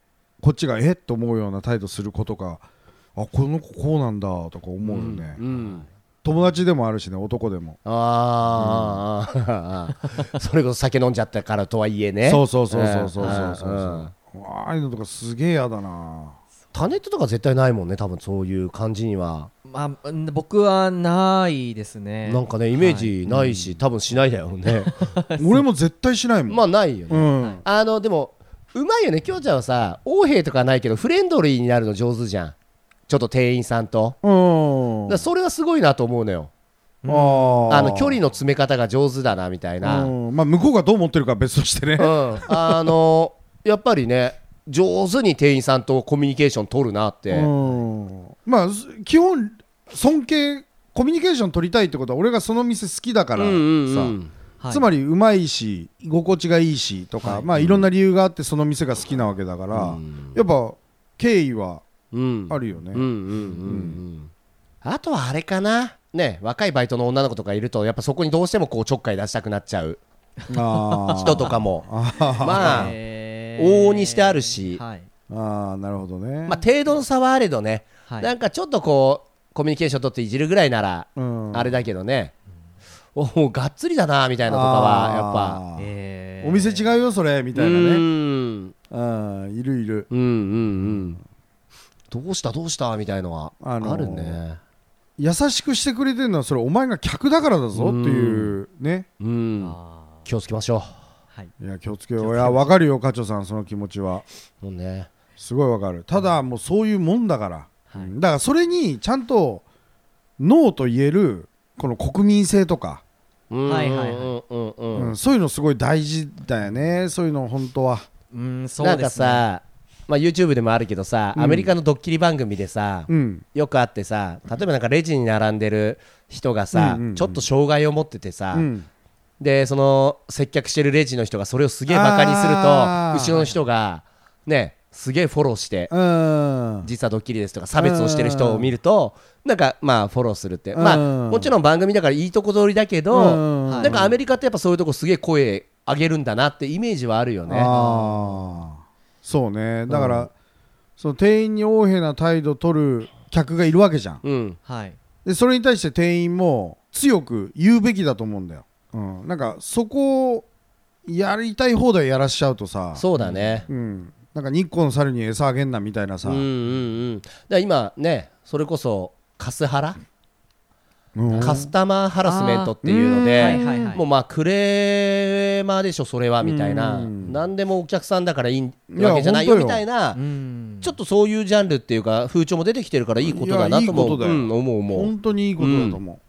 Speaker 4: こっちがえっと思うような態度することがあこの子こうなんだとか思うよね、
Speaker 3: うん
Speaker 4: 友達でもあるしね男でも、
Speaker 3: あーあー、あーそれこそ酒飲んじゃったからとはいえね
Speaker 4: そうそうそうそうそうそうそう
Speaker 3: うんうん
Speaker 4: ああいうのとかすげえ嫌
Speaker 3: <laughs>
Speaker 4: だな
Speaker 3: タネットとか絶対ないもんね多分そういう感じには、
Speaker 2: まあん僕はないですね
Speaker 3: なんかねイメージないし、多分しないだよね
Speaker 4: 俺も絶対しないもん、
Speaker 3: まあないよね、
Speaker 4: うん
Speaker 3: あのでもうまいよね京ちゃんはさ王兵とかないけどフレンドリーになるの上手じゃんちょっと店員さんと、
Speaker 4: う
Speaker 3: だ
Speaker 4: ん
Speaker 3: からそれはすごいなと思うのよ
Speaker 4: あ
Speaker 3: あの距離の詰め方が上手だなみたいな、うん
Speaker 4: うんまあ向こうがどう思ってるかは別としてね、
Speaker 3: あのやっぱりね上手に店員さんとコミュニケーション取るなって、
Speaker 4: うんまあす基本尊敬コミュニケーション取りたいってことは俺がその店好きだからさ、
Speaker 3: うんうんうん
Speaker 2: はい
Speaker 4: つまりうまいし居心地がいいしとか、
Speaker 2: はい
Speaker 4: い、まあいろんな理由があってその店が好きなわけだから、やっぱ敬意は
Speaker 3: うん
Speaker 4: あるよね、
Speaker 3: うんうんうんうんあとはあれかなね若いバイトの女の子とかいるとやっぱそこにどうしてもこうちょっかい出したくなっちゃう
Speaker 4: あー
Speaker 3: <laughs> 人とかもまあ
Speaker 2: えー
Speaker 3: 往々にしてあるし、
Speaker 2: はい
Speaker 4: あーなるほどね、
Speaker 3: まあ、程度の差はあれどね、
Speaker 2: はい
Speaker 3: なんかちょっとこうコミュニケーション取っていじるぐらいなら、
Speaker 4: うん
Speaker 3: あれだけどねおおがっつりだなみたいなとかはやっぱ
Speaker 4: あー
Speaker 2: えー
Speaker 4: お店違うよそれみたいな
Speaker 3: うん
Speaker 4: ねあーいるいる
Speaker 3: うんうんうんどうしたどうしたみたいのはあ
Speaker 4: あのー
Speaker 3: るね、
Speaker 4: 優しくしてくれてるのはそれお前が客だからだぞっていうね
Speaker 3: うん、
Speaker 2: あ
Speaker 3: 気をつけましょ
Speaker 2: ーはい
Speaker 4: いや気をつけよういや分かるよ課長さんその気持ちは
Speaker 3: うもうね
Speaker 4: すごいわかるただもうそういうもんだから、うんだからそれにちゃんとノーと言えるこの国民性とか、
Speaker 2: はいはいは
Speaker 3: うんうんうん
Speaker 4: う
Speaker 3: うんん
Speaker 4: そういうのすごい大事だよねそういうの本当は
Speaker 2: うんそ
Speaker 3: な
Speaker 2: うんで
Speaker 3: か
Speaker 2: すね
Speaker 3: さ、まあ、YouTube でもあるけどさ、
Speaker 4: うん
Speaker 3: アメリカのドッキリ番組でさ、
Speaker 4: うん
Speaker 3: よくあってさ例えばなんかレジに並んでる人がさ、
Speaker 4: うんうんうん
Speaker 3: ちょっと障害を持っててさ、
Speaker 4: うん
Speaker 3: でその接客してるレジの人がそれをすげえバカにする
Speaker 4: あー
Speaker 3: と後ろの人がねすげえフォローして
Speaker 4: うん
Speaker 3: 実はドッキリですとか差別をしてる人を見るとなんかまあフォローするって
Speaker 4: うん
Speaker 3: まあもちろん番組だからいいとこ取りだけど
Speaker 4: う
Speaker 3: な
Speaker 4: ん
Speaker 3: んかアメリカってやっぱそういうとこすげえ声上げるんだなってイメージはあるよね。
Speaker 4: ああそうねだから、その店員に横柄な態度取る客がいるわけじゃん
Speaker 3: うん
Speaker 2: はい
Speaker 4: でそれに対して店員も強く言うべきだと思うんだよ、うん、なんかそこをやりたい放題やらしちゃうとさ
Speaker 3: そうだね、
Speaker 4: うん、なんか日光の猿に餌あげんなみたいなさ、
Speaker 3: うんうんうん、だから今ねそれこそカスハラ、
Speaker 4: うん
Speaker 3: カスタマーハラスメントっていうので、
Speaker 2: あーうんはいはいはい
Speaker 3: もうまあクレーマーでしょそれはみたいな、
Speaker 4: うん
Speaker 3: 何でもお客さんだからいい
Speaker 4: や
Speaker 3: わけじゃないよ
Speaker 4: 本当
Speaker 3: み
Speaker 4: よ
Speaker 3: たいな、
Speaker 2: うん
Speaker 3: ちょっとそういうジャンルっていうか風潮も出てきてるからいいことだない
Speaker 4: や
Speaker 3: と思
Speaker 4: いいうことだよ
Speaker 3: うん思う思
Speaker 4: 本当にいいことだと思う、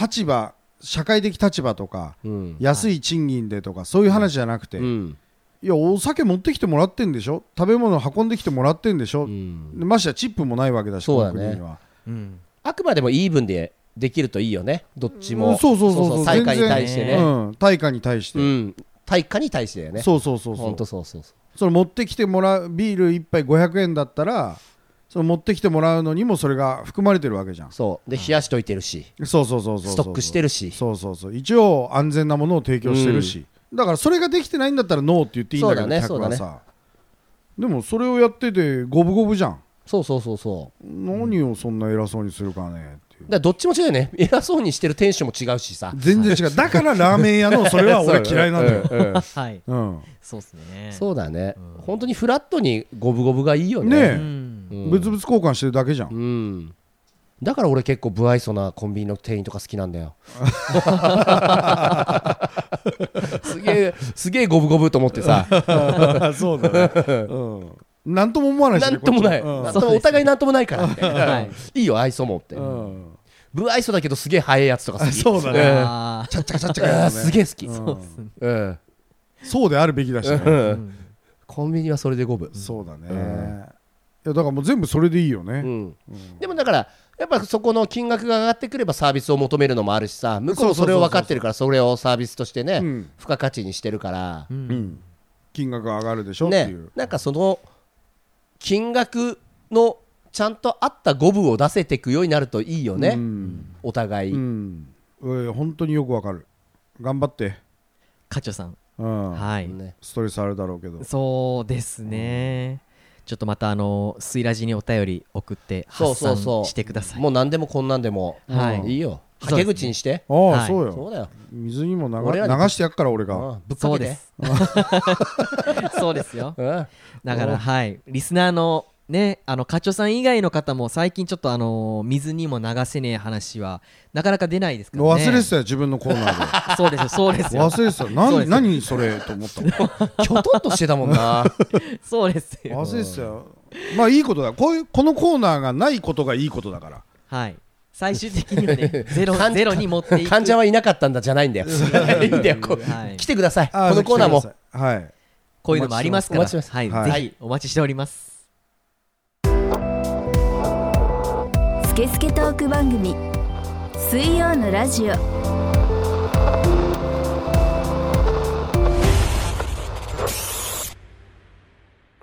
Speaker 4: 立場社会的立場とか
Speaker 3: う、うん
Speaker 4: 安い賃金でとかそういう話じゃなくて、
Speaker 3: う
Speaker 4: い
Speaker 3: ん
Speaker 4: やお酒持ってきてもらってんでしょ食べ物運んできてもらってんでしょ、
Speaker 3: うん
Speaker 4: ましてやチップもないわけだし
Speaker 3: そうだね
Speaker 4: この国には
Speaker 2: うん
Speaker 3: あくまでもイーブンでできるといいよねどっち
Speaker 4: うん
Speaker 3: も
Speaker 4: そうそうそうそう
Speaker 3: 対価に対して
Speaker 2: 全然
Speaker 3: ね、
Speaker 4: うん、対価に対して、
Speaker 3: うん、対価に対してだよね
Speaker 4: そうそうそうそ
Speaker 3: 本
Speaker 4: う
Speaker 3: 当そうそうそう
Speaker 4: それ持ってきてもらうビール1杯500円だったらその持ってきてもらうのにもそれが含まれてるわけじゃん
Speaker 3: そうで冷やしといてるし
Speaker 4: そうそうそうそうそう
Speaker 3: ストックしてるし
Speaker 4: そうそうそう一応安全なものを提供してるし、だからそれができてないんだったらノーって言っていいんだけど
Speaker 3: そうだね
Speaker 4: 客は
Speaker 3: そう
Speaker 4: さ、でもそれをやってて五分五分じゃん
Speaker 3: そうそうそうそう
Speaker 4: 何をそんな偉そうにするかねっていう
Speaker 3: だからどっちも違うよね偉そうにしてる店主も違うしさ
Speaker 4: 全然違うだからラーメン屋のそれは俺嫌いなん
Speaker 3: <laughs>
Speaker 4: だよ、
Speaker 3: よ
Speaker 2: はい
Speaker 4: うん
Speaker 2: そうですね
Speaker 3: そうだね、本当にフラットに五分五分がいいよ
Speaker 4: ね
Speaker 3: ね
Speaker 4: え
Speaker 2: うん
Speaker 3: う
Speaker 4: 物々交換してるだけじゃん、
Speaker 3: うんだから俺結構不愛想なコンビニの店員とか好きなんだよ <laughs> すげえすげえ五分五分と思ってさ
Speaker 4: <laughs> そうだね、うん、なんとも思わないし、
Speaker 3: な
Speaker 4: ね、
Speaker 3: んともない、
Speaker 4: こ
Speaker 3: な
Speaker 4: っちは
Speaker 3: んともお互いなんともないからみたいな
Speaker 2: はい
Speaker 3: いいよ愛想もって、
Speaker 4: うんうん
Speaker 3: 不愛想だけどすげえ早いやつとか好き
Speaker 4: <laughs> そうだね
Speaker 3: ん
Speaker 2: あ
Speaker 4: ちゃっちゃかちゃっちゃかや
Speaker 3: あー
Speaker 4: つね
Speaker 3: すげえ好き、
Speaker 4: うん
Speaker 2: そうっすね
Speaker 3: うん
Speaker 4: そうであるべきだし、ね
Speaker 2: うん
Speaker 3: コンビニはそれで五分
Speaker 4: そうだね、
Speaker 3: うん
Speaker 4: いやだからもう全部それでいいよね、
Speaker 3: うんでもだからやっぱそこの金額が上がってくればサービスを求めるのもあるしさ向こうもそれを分かってるからそれをサービスとしてね、
Speaker 4: うん
Speaker 3: 付加価値にしてるから、
Speaker 4: うん金額が上がるでしょってい
Speaker 3: ね
Speaker 4: う、
Speaker 3: なんかその金額のちゃんと合った五分を出せていくようになるといいよね、
Speaker 4: うん
Speaker 3: お互い、
Speaker 4: うんえー本当によくわかる頑張って、
Speaker 2: 課長さん、
Speaker 4: うん
Speaker 2: はい、
Speaker 3: ね
Speaker 4: ストレスあるだろうけど
Speaker 2: そうですね、ちょっとまたあのスイラジにお便り送って
Speaker 3: そ
Speaker 2: 発
Speaker 3: うそう
Speaker 2: 散
Speaker 3: そう
Speaker 2: してください
Speaker 3: もう何でもこんなんでも、
Speaker 2: はい
Speaker 3: いいよ
Speaker 2: そうですね
Speaker 3: はけ口にして
Speaker 4: ああ、
Speaker 2: はい
Speaker 4: そう
Speaker 3: そ
Speaker 4: よ
Speaker 3: うだよ
Speaker 4: 水にも流
Speaker 3: 俺
Speaker 4: 流
Speaker 3: らに
Speaker 4: してやっから俺が
Speaker 3: うんぶっ
Speaker 2: そ
Speaker 3: か
Speaker 2: う
Speaker 3: けて
Speaker 2: です。
Speaker 6: <laughs>
Speaker 2: そうですよ。
Speaker 3: うん
Speaker 2: だか
Speaker 4: お
Speaker 2: ら、はい、リスナーのね、あの課長さん以外の方も最近ちょっとあの水にも流せねえ話はなかなか出ないですからね。
Speaker 4: 忘れてたよ自分のコーナー
Speaker 2: そうですよ、 <laughs> そうです
Speaker 4: で
Speaker 2: よ。
Speaker 4: 忘れてた
Speaker 2: そう
Speaker 4: 何
Speaker 2: です
Speaker 4: 何それと思ったもん
Speaker 3: きょとっとしてたもんな
Speaker 2: そうですよ。
Speaker 4: 忘れてたよまあいいことだこういうこのコーナーがないことがいいことだから
Speaker 2: はい。最終的には
Speaker 4: <laughs>
Speaker 2: ね、ゼロ
Speaker 3: 患者
Speaker 2: ゼロに持っていく。
Speaker 3: 患者はいなかったんだじゃないんだよいいんだよこう
Speaker 2: はい
Speaker 3: 来てくださいこ
Speaker 4: あ
Speaker 3: のコーナーも
Speaker 4: 来てくださいはい
Speaker 2: こういうのもありますから。
Speaker 3: お待ちしてます
Speaker 2: はい、
Speaker 4: はい
Speaker 2: ぜひお待ちしております。
Speaker 1: スケスケトーク番組水曜のラジオ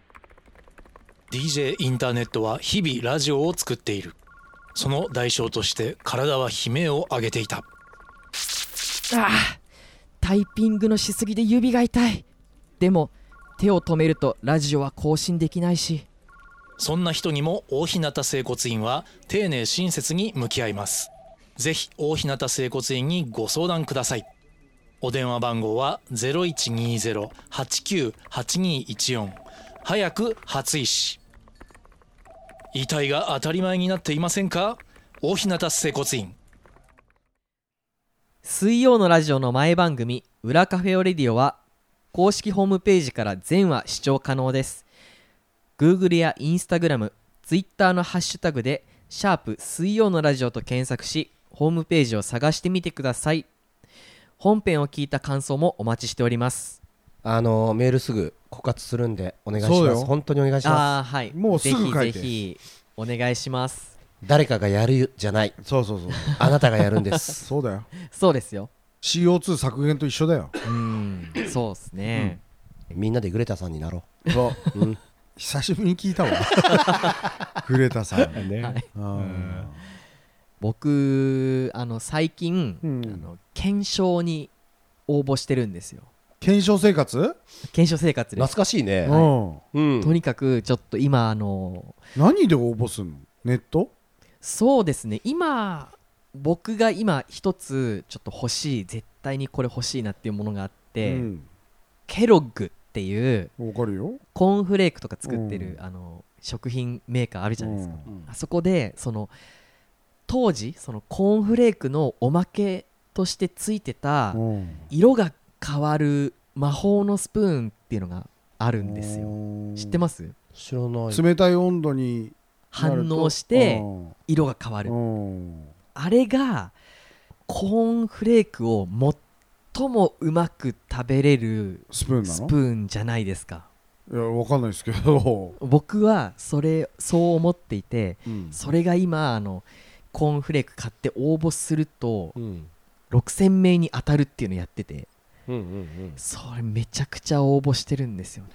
Speaker 5: 「DJ インターネット」は日々ラジオを作っているその代償として体は悲鳴を上げていた
Speaker 6: タイピングのしすぎで指が痛いでも手を止めるとラジオは更新できないし
Speaker 5: そんな人にも大日向整骨院は丁寧親切に向き合いますぜひ大日向整骨院にご相談くださいお電話番号は0120-898214早く初医師遺体が当たり前になっていませんか大日向整骨院
Speaker 2: 水曜のラジオの前番組「裏カフェオレディオ」は公式ホームページから全話視聴可能です Google や InstagramTwitter のハッシュタグで「シャープ水曜のラジオ」と検索しホームページを探してみてください本編を聞いた感想もお待ちしております
Speaker 3: あのメールすぐ枯渇するんでお願いし
Speaker 4: そう
Speaker 3: ま
Speaker 4: よ
Speaker 3: す本当にお願いしま
Speaker 2: ああはい
Speaker 4: もうすぐ書い
Speaker 2: ぜ
Speaker 4: て
Speaker 2: ひぜひお願いします
Speaker 3: す誰かがやるじゃない
Speaker 4: そうそうそう
Speaker 3: あなたがやるんです <laughs>
Speaker 4: そうだよ
Speaker 2: そうですよ
Speaker 4: CO2 削減と一緒だよ
Speaker 2: うんそうですね、
Speaker 3: みんなでグレタさんになろ
Speaker 4: そう、
Speaker 3: うん
Speaker 4: 久しぶりに聞いた
Speaker 2: <laughs>
Speaker 4: わグレタさんね、
Speaker 2: はい
Speaker 4: うん
Speaker 2: 僕あの最近、
Speaker 4: うん
Speaker 2: あの検証に応募してるんですよ
Speaker 4: 検証生活、
Speaker 2: 検証生活
Speaker 3: う
Speaker 2: で
Speaker 3: 懐
Speaker 2: す
Speaker 3: かしいね
Speaker 4: うん
Speaker 3: うん
Speaker 2: とにかくちょっと今あの
Speaker 4: 何で応募するのネット
Speaker 2: そうですね今僕が今一つちょっと欲しい絶対にこれ欲しいなっていうものがあって、
Speaker 4: うん、
Speaker 2: ケロッグっていう
Speaker 4: わかるよ
Speaker 2: コーンフレークとか作ってる、
Speaker 4: う
Speaker 2: あの食品メーカーあるじゃないですか、
Speaker 4: うん
Speaker 2: あそこでその当時そのコーンフレークのおまけとしてついてた、
Speaker 4: うん
Speaker 2: 色が変わる魔法のスプーンっていうのがあるんですよ知ってます
Speaker 3: 知らない
Speaker 4: 冷たい温度になる
Speaker 2: 反
Speaker 4: と
Speaker 2: 応して
Speaker 4: うん
Speaker 2: 色が変わる
Speaker 4: うん
Speaker 2: あれがコーンフレークを最もうまく食べれる
Speaker 4: スプーンな
Speaker 2: ス
Speaker 4: の
Speaker 2: プーンじゃないですか
Speaker 4: いやわかんないですけど、
Speaker 2: 僕はそれそう思っていて
Speaker 4: うん
Speaker 2: それが今あのコーンフレーク買って応募すると
Speaker 3: うん
Speaker 2: 6000名に当たるっていうのやってて
Speaker 3: うんうんうん
Speaker 2: それめちゃくちゃ応募してるんですよね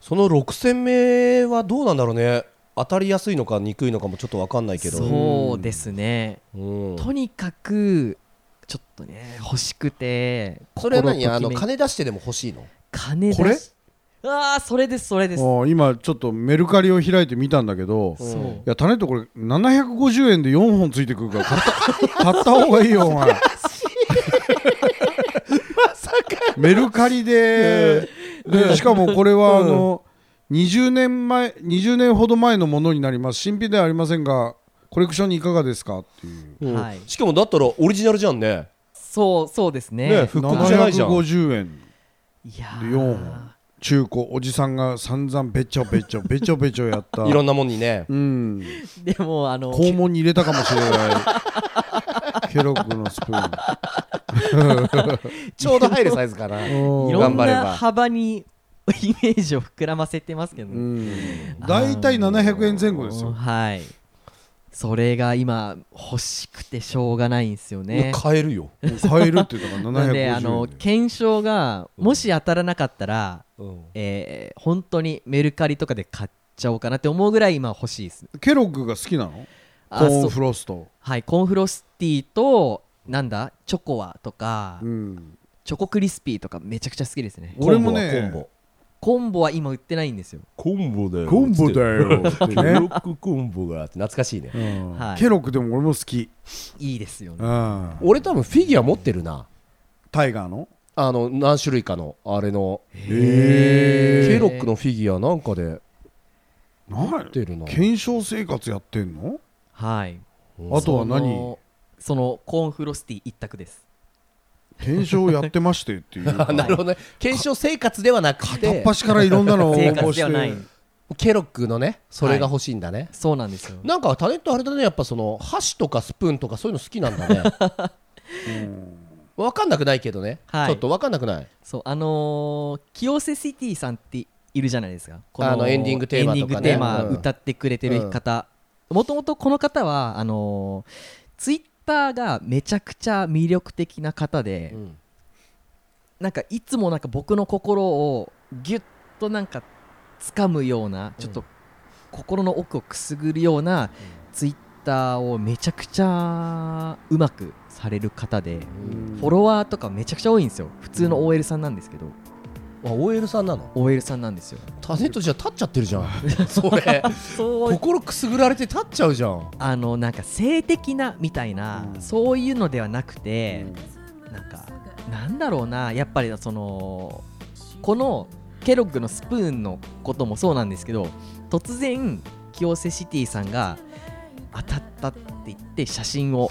Speaker 3: その6000名はどうなんだろうね当たりやすいのか憎いのかもちょっと分かんないけど
Speaker 2: そうですね
Speaker 3: うん
Speaker 2: とにかくちょっとね欲しくて
Speaker 3: それは何
Speaker 2: 心
Speaker 3: あ
Speaker 2: と
Speaker 3: の
Speaker 2: きめ
Speaker 3: 金出してでも欲しいの
Speaker 2: 金出し
Speaker 4: これ
Speaker 2: ああそれですそれです
Speaker 4: ああ今ちょっとメルカリを開いてみたんだけど
Speaker 2: そ
Speaker 3: うん
Speaker 2: う
Speaker 4: いやタネットこれ750円で4本ついてくるから
Speaker 3: <laughs>
Speaker 4: 買った買った方がいいよお前まさかメルカリででしかもこれはあの20年前20年ほど前のものになります新品ではありませんがコレクションにいかがですかっていう
Speaker 3: うん
Speaker 2: はい
Speaker 3: しかもだったらオリジナルじゃんね
Speaker 2: そうそうですね
Speaker 3: ね復刻じゃないじゃん
Speaker 4: 750円
Speaker 2: いや
Speaker 4: で四本中古おじさんが散々べちょべちょべちょべちょやっ
Speaker 3: <laughs>
Speaker 4: た
Speaker 3: いろんなもんにね
Speaker 4: うん
Speaker 2: でもあの
Speaker 4: 肛門に入れたかも
Speaker 2: <laughs>
Speaker 4: しれないケロッグのスプーン
Speaker 3: ちょうど入るサイズかな
Speaker 4: うん
Speaker 2: いろん
Speaker 3: 頑張れ
Speaker 2: な
Speaker 3: ば
Speaker 2: 幅にイメージを膨らませてますけどね
Speaker 4: 大体700円前後ですよ。
Speaker 2: はいそれが今欲しくてしょうがないんですよね
Speaker 3: 買えるよ
Speaker 4: 買えるって言ったから
Speaker 2: なん
Speaker 4: 750
Speaker 2: で
Speaker 4: 円。
Speaker 2: あの検証がもし当たらなかったら、えー本当にメルカリとかで買っちゃおうかなって思うぐらい今欲しいです
Speaker 4: ケロッグが好きなのコ
Speaker 2: あ
Speaker 4: ー
Speaker 2: そ
Speaker 4: ン
Speaker 2: う
Speaker 4: フロスト。
Speaker 2: はいコーンフロスティーとなんだチョコはとか、
Speaker 4: うん
Speaker 2: チョコクリスピーとかめちゃくちゃ好きですね
Speaker 4: 俺もね
Speaker 7: コンボ
Speaker 2: コンボは今売ってないんですよ、
Speaker 7: コンボだよ
Speaker 4: コンボだ
Speaker 7: <laughs>
Speaker 4: よって
Speaker 7: ブロ
Speaker 4: ね、
Speaker 7: ックコンボがあって懐かしいね
Speaker 4: うん
Speaker 2: はい
Speaker 4: ケロックでも俺も好き、
Speaker 2: いいですよ
Speaker 4: う
Speaker 2: ね
Speaker 4: ん、
Speaker 3: 俺多分フィギュア持ってるな
Speaker 4: タイガーの
Speaker 3: あの何種類かのあれの
Speaker 2: へ
Speaker 3: ケロックのフィギュアなんかで
Speaker 4: 何
Speaker 3: 出るな
Speaker 4: 検証生活やってんの
Speaker 2: はい
Speaker 4: あとは
Speaker 2: そ
Speaker 4: 何
Speaker 2: のそのコーンフロスティ一択です
Speaker 4: 検証やってまし
Speaker 2: <laughs>
Speaker 4: てっていう
Speaker 3: あなるほどね検証生活ではなく
Speaker 4: 片って端からいろんなのを応
Speaker 2: 生
Speaker 4: 募
Speaker 2: 活
Speaker 4: して
Speaker 2: ではない
Speaker 3: ケロックのねそれが欲しいんだね、
Speaker 2: そうなんですよ
Speaker 3: なんかタネットあれだねやっぱその箸とかスプーンとかそういうの好きなんだ <laughs> ね分かんなくないけどね、
Speaker 2: はい
Speaker 3: ちょっと分かんなくない
Speaker 2: そうあのー清瀬シティさんっているじゃないですかこ
Speaker 3: あのエンディングテーマと
Speaker 2: エ
Speaker 3: かね
Speaker 2: ンディングテーマ
Speaker 3: うん
Speaker 2: 歌ってくれてる方もともとこの方はあのツイッター Twitter がめちゃくちゃ魅力的な方で、
Speaker 3: うん
Speaker 2: なんかいつもなんか僕の心をギュッとなんか掴むようなちょっと心の奥をくすぐるようなツイッターをめちゃくちゃうまくされる方でフォロワーとかめちゃくちゃ多いんですよ普通の OL さんなんですけど
Speaker 3: あ OL さんなの
Speaker 2: OL さんなんですよ
Speaker 3: タネットじゃ立っちゃってるじゃん <laughs> それ
Speaker 2: そう
Speaker 3: 心くすぐられて立っちゃうじゃん
Speaker 2: あのなんか性的なみたいなそういうのではなくてなんかなんだろうなやっぱりそのこのケロッグのスプーンのこともそうなんですけど突然清瀬シティさんが当たったって言って写真を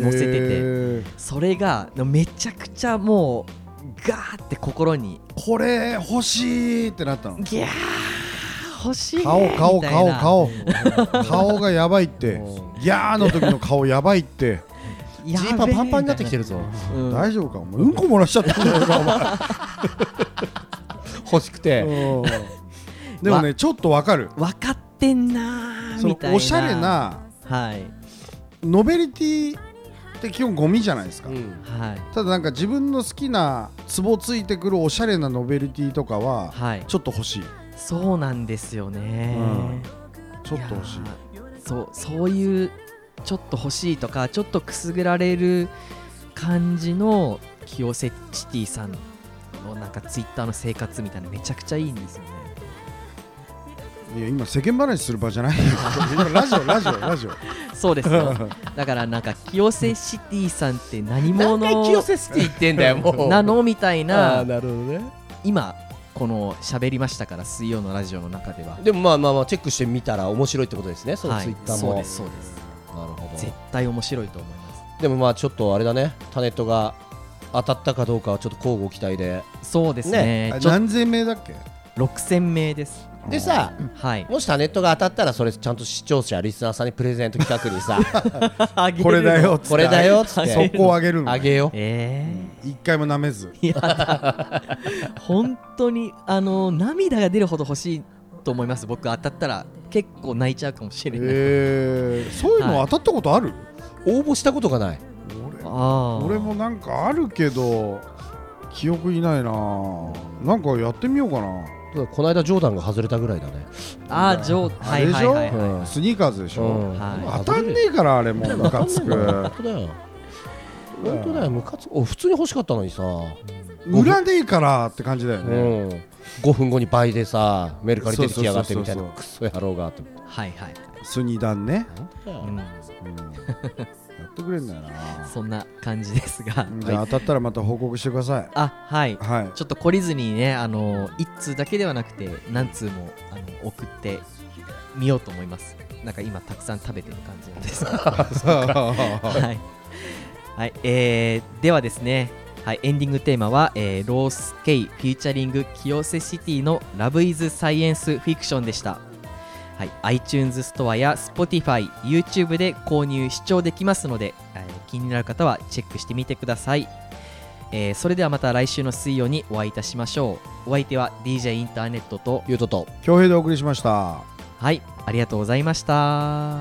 Speaker 2: 載せてて、
Speaker 4: へー
Speaker 2: それがめちゃくちゃもうガーって心に
Speaker 4: これ欲しいってなったの
Speaker 2: ギャー欲しい
Speaker 4: 顔
Speaker 2: みたいな
Speaker 4: 顔顔顔顔がやばいってギャーの時の顔やばいって
Speaker 2: ジ
Speaker 3: ジーパンパンパンになってきてるぞ
Speaker 4: 大丈夫かお前うんこ漏らしちゃったんだよ
Speaker 3: 欲しく
Speaker 4: お
Speaker 3: て
Speaker 4: 前うんでもねちょっとわかる
Speaker 2: 分かってんなー
Speaker 4: そ
Speaker 2: み
Speaker 4: の
Speaker 2: たいな
Speaker 4: おしゃれな
Speaker 2: はい
Speaker 4: ノベリティって基本ゴミじゃないですか
Speaker 3: うん
Speaker 2: はい
Speaker 4: ただなんか自分の好きなツボついてくるおしゃれなノベリティとかは
Speaker 2: はい
Speaker 4: ちょっと欲しい
Speaker 2: そうなんですよね、
Speaker 4: うんちょっと欲しい
Speaker 2: やーそうそういうちょっと欲しいとかちょっとくすぐられる感じの清瀬シティさんのなんかツイッターの生活みたいなめちゃくちゃいいんですよね
Speaker 4: いや今世間話する場じゃないよ <laughs> 今ラジオラジオラジオ
Speaker 2: そうですよだからなんか清瀬シティさんって何
Speaker 3: 何回清
Speaker 2: 者
Speaker 3: 瀬シティ行ってんだよもう
Speaker 2: なのみたい
Speaker 3: あ
Speaker 2: な
Speaker 3: ーなるほどね
Speaker 2: 今この喋りましたから水曜のラジオの中では
Speaker 3: でもまあまあまあチェックしてみたら面白いってことですねその
Speaker 2: はい
Speaker 3: ツイッター
Speaker 2: そう
Speaker 3: も、
Speaker 2: ですそうです
Speaker 3: なるほど
Speaker 2: 絶対面白いと思いま
Speaker 3: でもまあちょっとあれだねタネットが当たったかどうかはちょっと交互期待で
Speaker 2: すそうですね
Speaker 4: あ
Speaker 2: ちょ
Speaker 4: 何千名だっけ
Speaker 2: 6000名です
Speaker 3: でさ <laughs>
Speaker 2: はい
Speaker 3: もしタネットが当たったらそれちゃんと視聴者リスナーさんにプレゼント企画に
Speaker 4: <laughs>
Speaker 3: さ
Speaker 4: これだよっつって
Speaker 3: これだよっつっ
Speaker 4: そ
Speaker 3: て
Speaker 4: こを上げるの
Speaker 3: あげよう
Speaker 2: え
Speaker 4: 一回もなめず
Speaker 2: え本当にあの涙が出るほど欲しいと思います僕当たったら結構泣いちゃうかもしれない、
Speaker 4: えーそういうの当たったことある、
Speaker 3: 応募したことがない
Speaker 2: ああ
Speaker 4: 俺もなんかあるけど記憶いないななんかやってみようかな
Speaker 3: この間ジョーダンが外れたぐらいだね
Speaker 2: ああ上
Speaker 4: あ
Speaker 2: は
Speaker 4: れ
Speaker 2: い
Speaker 4: で
Speaker 2: は
Speaker 4: し
Speaker 2: い
Speaker 4: ょ、
Speaker 2: はい、はい
Speaker 4: スニーカーズでしょ、
Speaker 3: うん
Speaker 2: は
Speaker 4: 当たんねえからあれもうムカつく
Speaker 3: 本当だよ本当だよムカつくお普通に欲しかったのにさ
Speaker 4: 売らねえからって感じだよ
Speaker 3: う
Speaker 4: ね、
Speaker 3: ん5分後に倍でさメルカリ出てきやがってみたいな
Speaker 4: そう
Speaker 3: クソ野郎がと思って
Speaker 2: はいはい、
Speaker 4: スニダンね、
Speaker 2: うん、
Speaker 4: やってくれんだよな
Speaker 2: そんな感じですが
Speaker 4: じゃあ当たったらまた報告してください
Speaker 2: あはい
Speaker 4: はい
Speaker 2: ちょっと懲りずにねあの1通だけではなくて何通もあの送ってみようと思いますなんか今たくさん食べてる感じなん
Speaker 4: <laughs>
Speaker 2: ですはい、はいえーではですね、はい、エンディングテーマは、えーロース・ケイフューチャリング清瀬シティの「ラブ・イズ・サイエンス・フィクション」でした、はい、iTunes ストアや Spotify、YouTube で購入視聴できますので、えー気になる方はチェックしてみてください、えーそれではまた来週の水曜にお会いいたしましょうお相手は DJ インターネットと
Speaker 3: ゆうとと
Speaker 4: 恭平でお送りしました
Speaker 2: はいありがとうございました